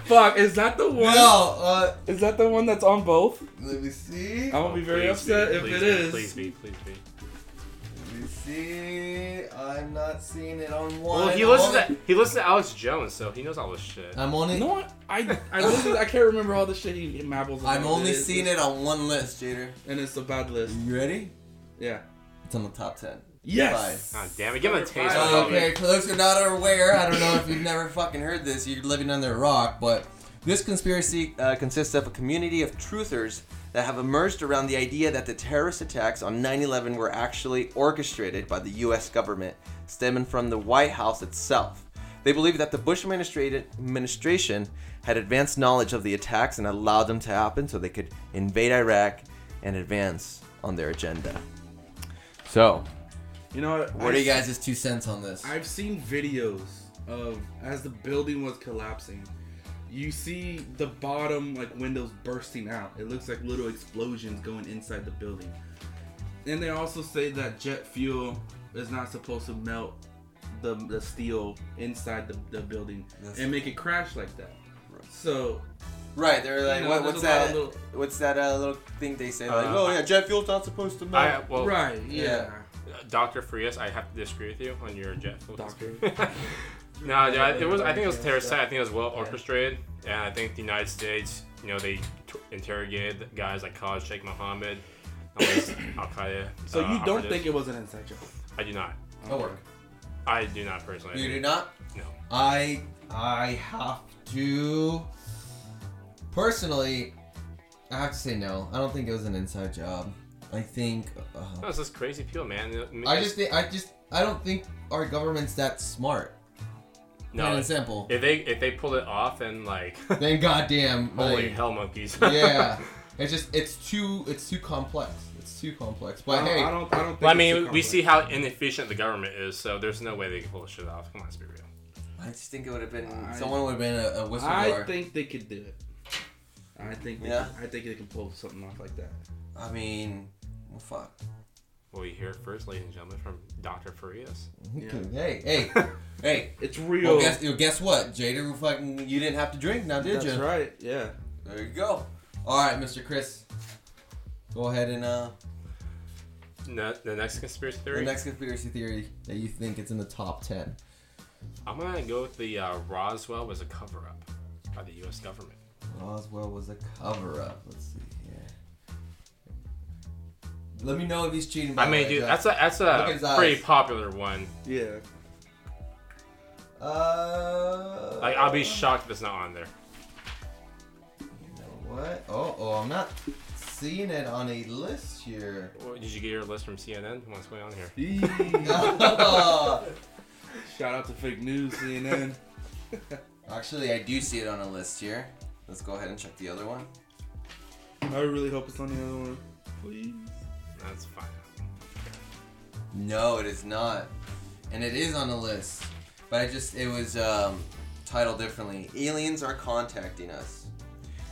[SPEAKER 1] Fuck, is that the one?
[SPEAKER 6] No, uh,
[SPEAKER 1] Is that the one that's on both?
[SPEAKER 6] let me see.
[SPEAKER 1] I will be very
[SPEAKER 2] Oh, Please
[SPEAKER 1] upset
[SPEAKER 2] be,
[SPEAKER 1] if
[SPEAKER 2] please
[SPEAKER 1] it
[SPEAKER 2] be,
[SPEAKER 1] is.
[SPEAKER 2] Please be, please be.
[SPEAKER 6] Let me see. I'm not seeing it on one.
[SPEAKER 2] Well, he
[SPEAKER 6] I'm
[SPEAKER 2] listens
[SPEAKER 6] only-
[SPEAKER 2] to he listens to Alex Jones, so he knows all this shit.
[SPEAKER 6] I'm only.
[SPEAKER 1] No, I I listen, I can't remember all the shit he mabbles. about.
[SPEAKER 7] I'm only
[SPEAKER 1] It is-
[SPEAKER 7] seeing it on one list, Jader.
[SPEAKER 1] and it's a bad list.
[SPEAKER 7] You ready?
[SPEAKER 1] Yeah.
[SPEAKER 7] It's on the top ten.
[SPEAKER 1] Yes.
[SPEAKER 2] God damn it! Give him a taste.
[SPEAKER 1] Five.
[SPEAKER 2] of
[SPEAKER 7] Okay,
[SPEAKER 2] it.
[SPEAKER 7] for those who are not aware, I don't know if you've never fucking heard this. You're living under a rock, but
[SPEAKER 4] This conspiracy uh, consists of a community of truthers that have emerged around the idea that the terrorist attacks on 9 11 were actually orchestrated by the US government, stemming from the White House itself. They believe that the Bush administrat- administration had advanced knowledge of the attacks and allowed them to happen so they could invade Iraq and advance on their agenda. So,
[SPEAKER 1] You know what?
[SPEAKER 7] what are
[SPEAKER 1] I-
[SPEAKER 7] you guys' two cents on this?
[SPEAKER 1] I've seen videos of as the building was collapsing. You see the bottom like windows bursting out. It looks like little explosions going inside the building. And they also say that jet fuel is not supposed to melt the, the steel inside the, the building and make it crash like that. So
[SPEAKER 4] right, they're like,
[SPEAKER 1] You know,
[SPEAKER 4] what,
[SPEAKER 1] there's
[SPEAKER 4] what's
[SPEAKER 1] a lot of
[SPEAKER 4] that?
[SPEAKER 1] little-
[SPEAKER 4] what's that uh, little thing they say? like,
[SPEAKER 2] Uh,
[SPEAKER 4] oh yeah, jet fuel's not supposed to
[SPEAKER 2] I,
[SPEAKER 4] melt.
[SPEAKER 2] well,
[SPEAKER 1] right, yeah.
[SPEAKER 4] yeah.
[SPEAKER 2] Doctor Frias, I have to disagree with you on your jet. fuel
[SPEAKER 1] Doctor.
[SPEAKER 2] no, dude, I, it was. I think it was a terrorist attack. I think it was well orchestrated, and I think the United States, you know, they t- interrogated guys like Khalid Sheikh Mohammed, Al Qaeda.
[SPEAKER 1] So
[SPEAKER 2] uh,
[SPEAKER 1] you don't
[SPEAKER 2] operatives.
[SPEAKER 1] think it was an inside job?
[SPEAKER 2] I do not.
[SPEAKER 6] I'll work.
[SPEAKER 2] I do not personally.
[SPEAKER 6] You do not.
[SPEAKER 2] No.
[SPEAKER 6] I I have to personally. I have to say no. I don't think it was an inside job. I think.
[SPEAKER 2] No,
[SPEAKER 6] Uh,
[SPEAKER 2] it's just crazy people, man. I, mean,
[SPEAKER 6] I just think. I just. I don't think our government's that smart.
[SPEAKER 2] no.
[SPEAKER 6] Plain and
[SPEAKER 2] it's-
[SPEAKER 6] simple.
[SPEAKER 2] If they if they pulled it off and like,
[SPEAKER 6] then goddamn.
[SPEAKER 2] holy
[SPEAKER 6] like,
[SPEAKER 2] hell, monkeys.
[SPEAKER 6] yeah. It's just. It's too. It's too complex. It's too complex. But
[SPEAKER 1] I
[SPEAKER 6] hey.
[SPEAKER 1] don't, I don't, I don't think
[SPEAKER 2] Well,
[SPEAKER 1] it's
[SPEAKER 2] I
[SPEAKER 1] too
[SPEAKER 2] mean, we
[SPEAKER 1] complex.
[SPEAKER 2] see how inefficient the government is, so there's no way they can pull the shit off. Come on, let's be real.
[SPEAKER 4] I just think it would have been
[SPEAKER 1] I-
[SPEAKER 4] someone would have been a, a
[SPEAKER 1] I
[SPEAKER 4] whistleblower.
[SPEAKER 1] think they could do it. I think they
[SPEAKER 4] Yeah?
[SPEAKER 1] could- I think they can pull something off like that.
[SPEAKER 4] I mean, well, fuck.
[SPEAKER 2] Well, you hear it first, ladies and gentlemen, from Dr. Farias.
[SPEAKER 1] Yeah.
[SPEAKER 6] Hey. Hey. hey.
[SPEAKER 1] It's real.
[SPEAKER 6] Well, guess, well, guess what, Jader? we Fucking, you didn't have to drink now, did
[SPEAKER 1] That's
[SPEAKER 6] you?
[SPEAKER 1] right. Yeah.
[SPEAKER 6] There you go. All right, Mr. Chris. Go ahead and uh,
[SPEAKER 2] No, the next conspiracy
[SPEAKER 6] the
[SPEAKER 2] theory.
[SPEAKER 6] next conspiracy theory that you think it's in the top ten.
[SPEAKER 2] I'm gonna go with the uh, Roswell was a cover up by the U.S. government.
[SPEAKER 6] Roswell was a cover up. Let's see here. Let me know if he's cheating. by
[SPEAKER 2] I
[SPEAKER 6] the
[SPEAKER 2] mean,
[SPEAKER 6] way,
[SPEAKER 2] dude,
[SPEAKER 6] guys.
[SPEAKER 2] that's a that's
[SPEAKER 6] Look at his
[SPEAKER 2] a
[SPEAKER 6] eyes.
[SPEAKER 2] pretty popular one.
[SPEAKER 1] Yeah.
[SPEAKER 6] Uh.
[SPEAKER 2] Like, I'll be shocked if it's not on there.
[SPEAKER 6] You know what? Oh, oh, I'm not seeing it on a list here.
[SPEAKER 2] Well, Did you get your list from CNN? What's going on here?
[SPEAKER 1] Shout out to fake news, CNN.
[SPEAKER 4] Actually, I do see it on a list here. Let's go ahead and check the other one.
[SPEAKER 1] I really hope it's on the other one. Please.
[SPEAKER 2] That's fine.
[SPEAKER 4] No, it is not, and it is on a list, but I just it was um, titled differently. Aliens are contacting us.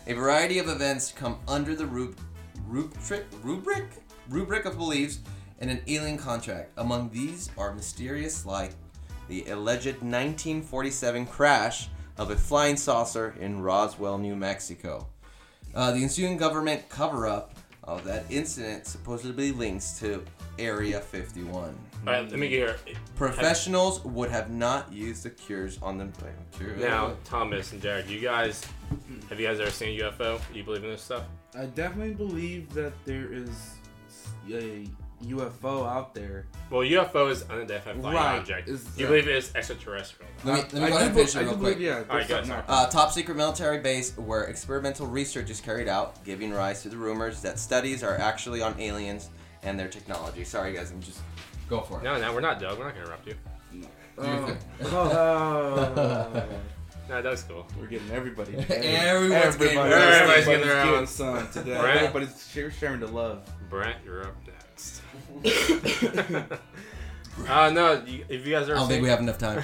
[SPEAKER 4] A variety of events come under the rub- rubric rubric rubric of beliefs and an alien contract. Among these are mysterious like the alleged 1947 crash of a flying saucer in Roswell, New Mexico. Uh, the ensuing government cover up of that incident supposedly links to Area 51.
[SPEAKER 2] All right, let me get here.
[SPEAKER 4] Professionals would have not used the cures on them. Cure-
[SPEAKER 2] Now, Thomas and Jared, you guys, have you guys ever seen UFO? Do you believe in this stuff?
[SPEAKER 1] I definitely believe that there is a UFO out there.
[SPEAKER 2] Well, UFO is unidentified flying
[SPEAKER 1] Right,
[SPEAKER 2] object.
[SPEAKER 1] is-
[SPEAKER 2] you believe it is extraterrestrial?
[SPEAKER 4] Let me, let me
[SPEAKER 1] I
[SPEAKER 4] go ahead
[SPEAKER 1] do
[SPEAKER 4] and
[SPEAKER 1] be-
[SPEAKER 4] finish it
[SPEAKER 1] I
[SPEAKER 4] real
[SPEAKER 1] do
[SPEAKER 4] quick.
[SPEAKER 1] believe- Yeah, there's
[SPEAKER 2] guys,
[SPEAKER 1] something out there.
[SPEAKER 4] Uh, top secret military base where experimental research is carried out, giving rise to the rumors that studies are actually on aliens and their technology. Sorry, guys, I'm just.
[SPEAKER 6] Go for it.
[SPEAKER 2] No, no, we're not, Doug. We're not gonna interrupt you.
[SPEAKER 1] Oh. Oh.
[SPEAKER 2] No, that was cool.
[SPEAKER 1] We're getting everybody.
[SPEAKER 6] Everyone's getting roasted.
[SPEAKER 1] Everybody-
[SPEAKER 2] Everybody's getting their own.
[SPEAKER 1] some today.
[SPEAKER 2] Right.
[SPEAKER 1] Everybody's share- sharing the love.
[SPEAKER 2] Brent, you're up next. uh, no, you, if you guys are,
[SPEAKER 4] I don't think we have enough time.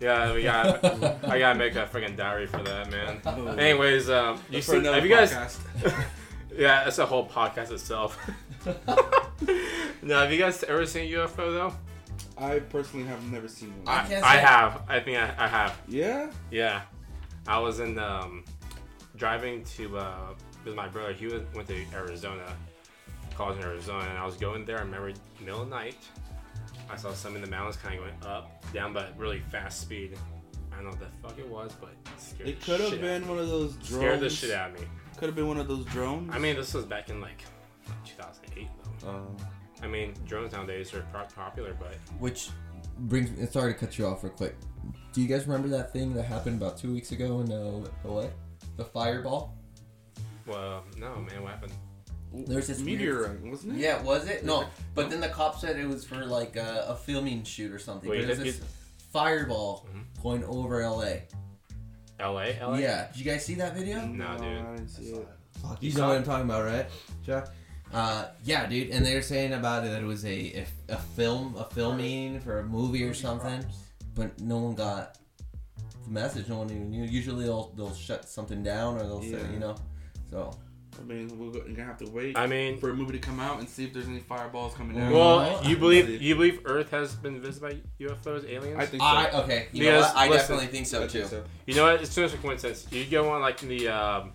[SPEAKER 2] yeah, we got. I gotta make a freaking diary for that, man. Anyways, um, you
[SPEAKER 1] That's for
[SPEAKER 2] see,
[SPEAKER 1] another
[SPEAKER 2] have you guys?
[SPEAKER 1] podcast.
[SPEAKER 2] yeah, that's a whole podcast itself. no, have you guys ever seen a UFO though?
[SPEAKER 1] I personally have never seen one.
[SPEAKER 7] I can't
[SPEAKER 2] I
[SPEAKER 7] say-
[SPEAKER 2] have. I think I, I have.
[SPEAKER 1] yeah.
[SPEAKER 2] Yeah, I was in um, driving to uh, with my brother. He went went to Arizona, college in Arizona, and I was going there. I remember middle of night, I saw some in the mountains, kind of going up, down, but really fast speed. I don't know what the fuck it was, but it scared
[SPEAKER 1] It
[SPEAKER 2] the
[SPEAKER 1] could have
[SPEAKER 2] shit out
[SPEAKER 1] been
[SPEAKER 2] of
[SPEAKER 1] one of those
[SPEAKER 2] me.
[SPEAKER 1] drones.
[SPEAKER 2] scared the shit out of me.
[SPEAKER 1] Could have been one of those drones.
[SPEAKER 2] I mean, this was back in like 2008. Though.
[SPEAKER 1] Oh.
[SPEAKER 2] I mean, drones nowadays are pro- popular, but
[SPEAKER 6] Which brings me. Sorry to cut you off real quick. Do you guys remember that thing that happened about two weeks ago in uh, LA? The fireball?
[SPEAKER 2] well, no, man, what happened?
[SPEAKER 6] There's this
[SPEAKER 1] meteorite,
[SPEAKER 6] Hmm?
[SPEAKER 1] wasn't it?
[SPEAKER 7] Yeah, was it? No.
[SPEAKER 4] But then the cop said it was for like a, a filming shoot or something.
[SPEAKER 2] Wait,
[SPEAKER 6] There's
[SPEAKER 2] it-
[SPEAKER 6] this
[SPEAKER 2] it-
[SPEAKER 6] fireball going over LA.
[SPEAKER 2] L.A. L.A.
[SPEAKER 6] Yeah.
[SPEAKER 4] Did you guys see that video?
[SPEAKER 1] Mm-hmm.
[SPEAKER 2] No, dude.
[SPEAKER 1] Oh, I didn't see it.
[SPEAKER 6] Fuck, you know what I'm talking about, right, Chuck? Uh, yeah, dude. And they were saying about it that it was a a, a film, a filming for a movie or something, but no one got the message. No one even knew. Usually they'll they'll shut something down or they'll
[SPEAKER 1] Yeah.
[SPEAKER 6] say, you know. So
[SPEAKER 1] I mean, we're go- gonna have to wait
[SPEAKER 2] I mean,
[SPEAKER 1] for a movie to come out and see if there's any fireballs coming down.
[SPEAKER 2] Well,
[SPEAKER 6] Well,
[SPEAKER 2] you believe you believe Earth has been visited by UFOs, aliens?
[SPEAKER 1] I think so.
[SPEAKER 4] I okay. You know
[SPEAKER 2] Because,
[SPEAKER 4] what? I
[SPEAKER 2] listen,
[SPEAKER 4] definitely think so
[SPEAKER 1] I
[SPEAKER 4] too.
[SPEAKER 1] think so.
[SPEAKER 2] you know what? It's too much of a coincidence. You go on like in the um,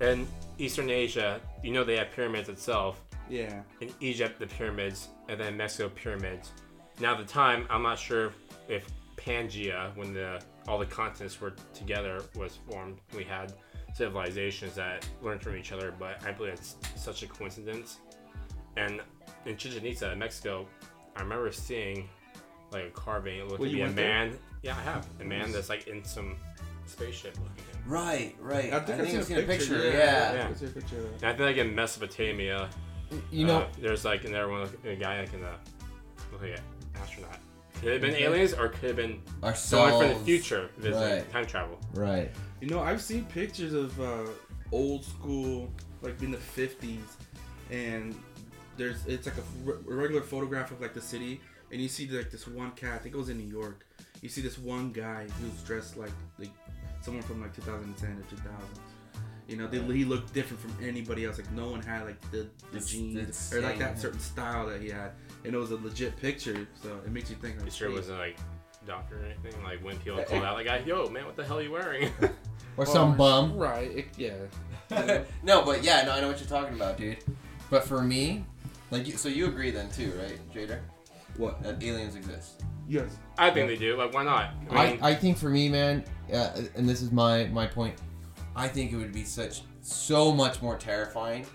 [SPEAKER 2] in Eastern Asia, you know they have pyramids itself.
[SPEAKER 1] Yeah.
[SPEAKER 2] In Egypt, the pyramids, and then Mexico pyramids. Now, at the time, I'm not sure if Pangea, when the all the continents were together, was formed. We had civilizations that learned from each other, but I believe it's such a coincidence. And in Chichen Itza, Mexico, I remember seeing like a carving. It looked
[SPEAKER 1] Well,
[SPEAKER 2] to
[SPEAKER 1] you
[SPEAKER 2] be a
[SPEAKER 1] went there?
[SPEAKER 2] man. Yeah, I have a man that's like in some spaceship looking. At.
[SPEAKER 4] Right, right.
[SPEAKER 1] I think I,
[SPEAKER 4] I've
[SPEAKER 1] seen a picture.
[SPEAKER 4] Yeah.
[SPEAKER 2] Yeah.
[SPEAKER 1] I seen a picture of it.
[SPEAKER 2] And I think like in Mesopotamia,
[SPEAKER 6] you know,
[SPEAKER 2] uh, there's like in there one a guy like in the like an astronaut. Could it have been aliens or could it have been
[SPEAKER 6] ourselves.
[SPEAKER 2] someone from the future visiting
[SPEAKER 6] Right.
[SPEAKER 2] time travel?
[SPEAKER 6] Right.
[SPEAKER 1] You know, I've seen pictures of uh, old school, like in the fifties, and there's it's like a re- a regular photograph of like the city, and you see like this one cat. I think it was in New York. You see this one guy who's dressed like like someone from like 2010 or 2000. You know, they, he looked different from anybody else. Like no one had like the, the
[SPEAKER 4] It's-
[SPEAKER 1] jeans
[SPEAKER 4] it's
[SPEAKER 1] or like that
[SPEAKER 4] insane.
[SPEAKER 1] certain style that he had, and it was a legit picture. So it makes you think. Like,
[SPEAKER 2] You sure it
[SPEAKER 1] hey,
[SPEAKER 2] wasn't like doctor or anything? Like when people called out like, "Yo, man, what the hell are you wearing?"
[SPEAKER 6] Or
[SPEAKER 1] Oh,
[SPEAKER 6] some bum.
[SPEAKER 1] Right? It, yeah.
[SPEAKER 4] no, but yeah, no, I know what you're talking about, dude. But for me, like, you, so you agree then too, right, Jader?
[SPEAKER 1] What?
[SPEAKER 4] That aliens exist.
[SPEAKER 1] Yes.
[SPEAKER 2] I think they do. Like, why not?
[SPEAKER 6] I, I think for me, man, uh, and this is my my point.
[SPEAKER 4] I think it would be such so much more terrifying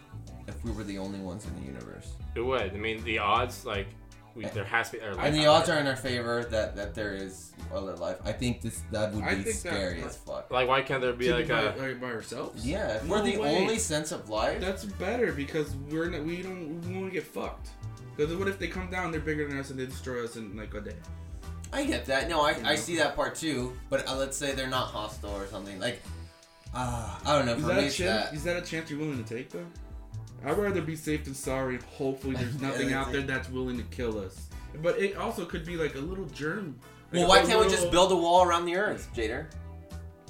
[SPEAKER 4] if we were the only ones in the universe.
[SPEAKER 2] it would. I mean, the odds like we, there has to be. Like,
[SPEAKER 4] And the odds are in our favor that that there is other life. I think this that would
[SPEAKER 1] I
[SPEAKER 4] be
[SPEAKER 1] think that-
[SPEAKER 4] scary as fuck.
[SPEAKER 2] Like, why can't there be
[SPEAKER 1] To
[SPEAKER 2] like
[SPEAKER 1] be by,
[SPEAKER 2] a?
[SPEAKER 1] like, by ourselves.
[SPEAKER 4] Yeah, if
[SPEAKER 1] No
[SPEAKER 4] we're the
[SPEAKER 1] way.
[SPEAKER 4] only sense of life.
[SPEAKER 1] That's better because we're not, we don't we want to get fucked. Because what if they come down, they're bigger than us, and they destroy us in like a day?
[SPEAKER 4] I get that. No, I, I see that part too. But uh, let's say they're not hostile or something. Like, uh, I don't know.
[SPEAKER 1] Is
[SPEAKER 4] For
[SPEAKER 1] that
[SPEAKER 4] me,
[SPEAKER 1] a
[SPEAKER 4] it's
[SPEAKER 1] chance?
[SPEAKER 4] that.
[SPEAKER 1] Is that a chance you're willing to take though? I'd rather be safe than sorry. Hopefully, there's
[SPEAKER 4] Yeah,
[SPEAKER 1] nothing
[SPEAKER 4] that's
[SPEAKER 1] out there
[SPEAKER 4] it.
[SPEAKER 1] that's willing to kill us. But it also could be like a little germ. like
[SPEAKER 4] Well,
[SPEAKER 1] a
[SPEAKER 4] why can't we just
[SPEAKER 1] little-
[SPEAKER 4] build a wall around the Earth, Jader?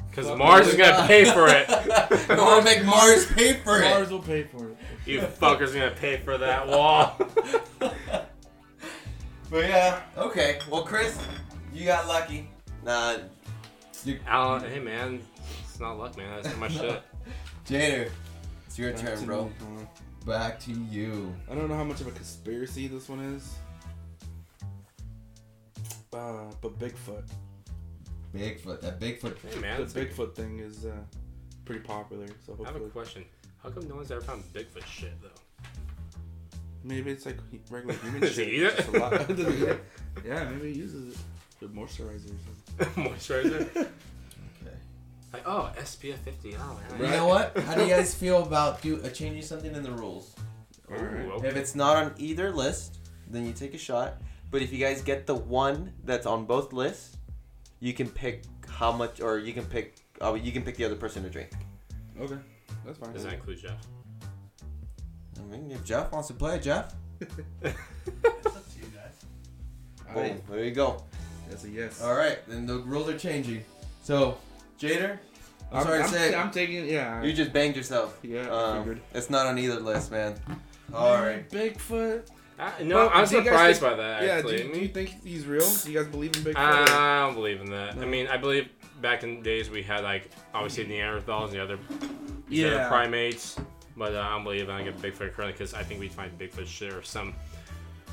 [SPEAKER 2] Because
[SPEAKER 1] Fuck
[SPEAKER 2] Mars is
[SPEAKER 1] you.
[SPEAKER 2] gonna pay for it.
[SPEAKER 4] I want to make Mars pay for it.
[SPEAKER 1] Mars will pay for it.
[SPEAKER 2] you fuckers gonna pay for that wall.
[SPEAKER 4] But yeah. Okay. Well, Chris, you got lucky. Nah,
[SPEAKER 2] Alan, hey man, it's not luck, man. That's not my shit.
[SPEAKER 4] Jader, it's your
[SPEAKER 1] Back to
[SPEAKER 4] turn, bro.
[SPEAKER 1] me, huh?
[SPEAKER 6] Back to you.
[SPEAKER 1] I don't know how much of a conspiracy this one is. Uh, but Bigfoot,
[SPEAKER 6] Bigfoot. That Bigfoot.
[SPEAKER 2] Hey man, it's
[SPEAKER 1] the
[SPEAKER 2] like-
[SPEAKER 1] Bigfoot thing is uh, pretty popular. So
[SPEAKER 2] I have a
[SPEAKER 1] hopefully,
[SPEAKER 2] question. How come no one's ever found Bigfoot shit though?
[SPEAKER 1] Maybe it's like regular human
[SPEAKER 2] Does he
[SPEAKER 1] shit.
[SPEAKER 2] eat it?
[SPEAKER 1] Just a lot. Does he eat it? Yeah, maybe he uses it with moisturizer or something.
[SPEAKER 2] Moisturizer.
[SPEAKER 6] Okay.
[SPEAKER 2] Like, oh, SPF 50. Oh,
[SPEAKER 6] You know what? How do you guys feel about do uh, changing something in the rules?
[SPEAKER 1] All right.
[SPEAKER 2] Ooh,
[SPEAKER 4] If
[SPEAKER 2] okay.
[SPEAKER 4] it's not on either list, then you take a shot. But if you guys get the one that's on both lists, you can pick how much, or you can pick, uh, you can pick the other person to drink.
[SPEAKER 1] Okay, that's fine.
[SPEAKER 2] Does that include Jeff?
[SPEAKER 4] I mean, if Jeff wants to play, Jeff,
[SPEAKER 8] It's up to you guys.
[SPEAKER 1] All
[SPEAKER 4] boom,
[SPEAKER 1] right,
[SPEAKER 4] there you go.
[SPEAKER 1] that's a yes.
[SPEAKER 7] All right, then the rules are changing. So, Jader,
[SPEAKER 1] I'm,
[SPEAKER 4] sorry to
[SPEAKER 1] I'm,
[SPEAKER 4] say it.
[SPEAKER 1] I'm taking yeah.
[SPEAKER 4] You just banged yourself.
[SPEAKER 1] yeah, I
[SPEAKER 4] Um,
[SPEAKER 1] figured.
[SPEAKER 4] it's not on either list, man. All right.
[SPEAKER 1] Bigfoot.
[SPEAKER 2] I, Uh, no,
[SPEAKER 1] Well,
[SPEAKER 2] I'm
[SPEAKER 1] do you guys
[SPEAKER 2] surprised
[SPEAKER 1] think-
[SPEAKER 2] by that,
[SPEAKER 1] Yeah.
[SPEAKER 2] actually. Uh,
[SPEAKER 1] Do, you- do you think he's real? Do you guys believe in Bigfoot?
[SPEAKER 2] I don't believe in that. I mean, I believe back in the days we had, like, obviously Neanderthals and the other, these other
[SPEAKER 1] Yeah.
[SPEAKER 2] primates, but uh, I don't believe I get Bigfoot currently because I think we'd find Bigfoot shit or some.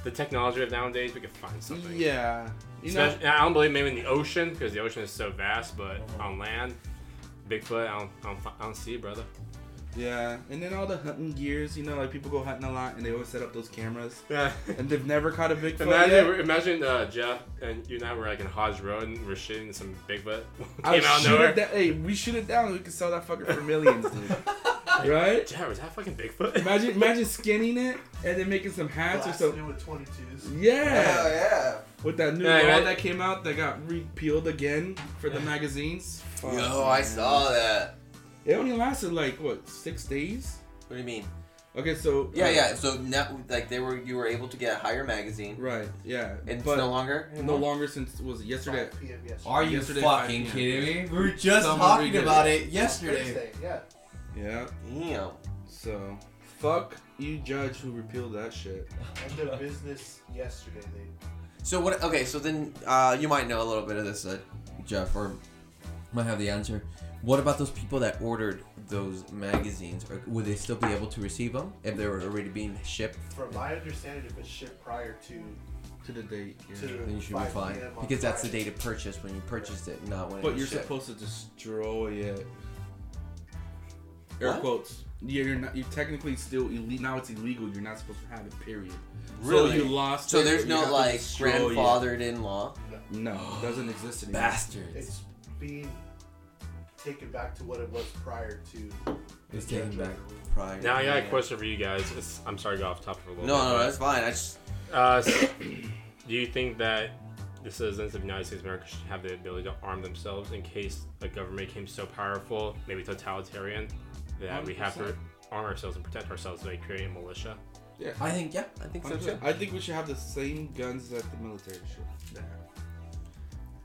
[SPEAKER 2] The technology of nowadays, we could find something.
[SPEAKER 1] yeah. You know,
[SPEAKER 2] Especially- I don't believe maybe in the ocean because the ocean is so vast, but on land, Bigfoot, I don't, I don't, fi- I don't see it, brother.
[SPEAKER 1] yeah. And then all the hunting gears. You know, like people go hunting a lot, and they always set up those cameras,
[SPEAKER 2] Yeah.
[SPEAKER 1] and they've never caught a Bigfoot.
[SPEAKER 2] Imagine,
[SPEAKER 1] yet.
[SPEAKER 2] imagine uh, Jeff and you and I were like in Hodge Road and we're shooting some Bigfoot.
[SPEAKER 1] I
[SPEAKER 2] Came out of
[SPEAKER 1] shoot
[SPEAKER 2] nowhere.
[SPEAKER 1] it da- hey, we shoot it down. We could sell that fucker for millions, dude. right?
[SPEAKER 2] Jeff, was that fucking Bigfoot?
[SPEAKER 1] Imagine, imagine skinning it and then making some hats or
[SPEAKER 8] Blasting
[SPEAKER 1] something.
[SPEAKER 8] it with
[SPEAKER 1] Mm,
[SPEAKER 8] 22s.
[SPEAKER 1] Yeah.
[SPEAKER 4] yeah.
[SPEAKER 1] With that new
[SPEAKER 2] Yeah,
[SPEAKER 1] law
[SPEAKER 2] right.
[SPEAKER 1] that came out that got repealed again for the magazines. Fuck,
[SPEAKER 4] Yo, I
[SPEAKER 1] man.
[SPEAKER 4] saw that.
[SPEAKER 1] It only lasted like what six days?
[SPEAKER 4] What do you mean?
[SPEAKER 1] Okay, so
[SPEAKER 4] Yeah,
[SPEAKER 1] uh,
[SPEAKER 4] yeah. So now, like, they were you were able to get a higher magazine,
[SPEAKER 1] right, yeah,
[SPEAKER 4] and
[SPEAKER 1] but
[SPEAKER 4] it's no longer.
[SPEAKER 1] no
[SPEAKER 4] anymore?
[SPEAKER 1] longer since was it yesterday.
[SPEAKER 8] 5 p.m. yesterday.
[SPEAKER 7] are you
[SPEAKER 1] Yesterday,
[SPEAKER 7] fucking
[SPEAKER 1] 5 p.m.
[SPEAKER 7] kidding me? We were just
[SPEAKER 1] Someone
[SPEAKER 7] talking
[SPEAKER 1] redid it.
[SPEAKER 7] about it yesterday.
[SPEAKER 8] Thursday, yeah.
[SPEAKER 1] Yeah,
[SPEAKER 4] Damn.
[SPEAKER 1] so fuck you, judge who repealed that shit.
[SPEAKER 8] End of business yesterday. They
[SPEAKER 4] So what? Okay, so then uh, you might know a little bit of this, uh, Jeff, or might have the answer. What about those people that ordered those magazines? Or would they still be able to receive them if they were already being shipped?
[SPEAKER 8] from my understanding, if it's shipped prior to
[SPEAKER 1] To the date, yeah.
[SPEAKER 8] To-
[SPEAKER 4] Then you should be
[SPEAKER 8] 5
[SPEAKER 4] fine
[SPEAKER 8] p.m. on
[SPEAKER 4] because that's the
[SPEAKER 8] Friday.
[SPEAKER 4] date of purchase when you purchased it, not when. it
[SPEAKER 1] but
[SPEAKER 4] was
[SPEAKER 1] you're
[SPEAKER 4] shipped.
[SPEAKER 1] supposed to destroy it. Air
[SPEAKER 4] What?
[SPEAKER 1] quotes. Yeah, you're not. You're technically still illegal. Now it's illegal. You're not supposed to have it. Period.
[SPEAKER 4] Really?
[SPEAKER 1] So you lost.
[SPEAKER 4] So
[SPEAKER 1] it,
[SPEAKER 4] there's
[SPEAKER 1] you have
[SPEAKER 4] no
[SPEAKER 1] to
[SPEAKER 4] like
[SPEAKER 1] destroy it.
[SPEAKER 4] grandfathered in law.
[SPEAKER 1] No, it doesn't exist anymore.
[SPEAKER 7] Bastards.
[SPEAKER 8] it's being taken back to what it was prior to.
[SPEAKER 7] It's
[SPEAKER 8] the
[SPEAKER 7] taken back.
[SPEAKER 8] judge order.
[SPEAKER 4] Prior.
[SPEAKER 2] Now I got a
[SPEAKER 4] Yeah.
[SPEAKER 2] question for you guys. It's, I'm sorry, to go off topic for a little
[SPEAKER 4] No, no,
[SPEAKER 2] bit.
[SPEAKER 4] that's fine. I just
[SPEAKER 2] no. Uh, s- do you think that the citizens of the United States of America should have the ability to arm themselves in case a government became so powerful, maybe totalitarian, that we have to
[SPEAKER 1] 100%.
[SPEAKER 2] arm ourselves and protect ourselves by creating a militia?
[SPEAKER 4] I think yeah, I think so too.
[SPEAKER 1] I think we should have the same guns that the military should have.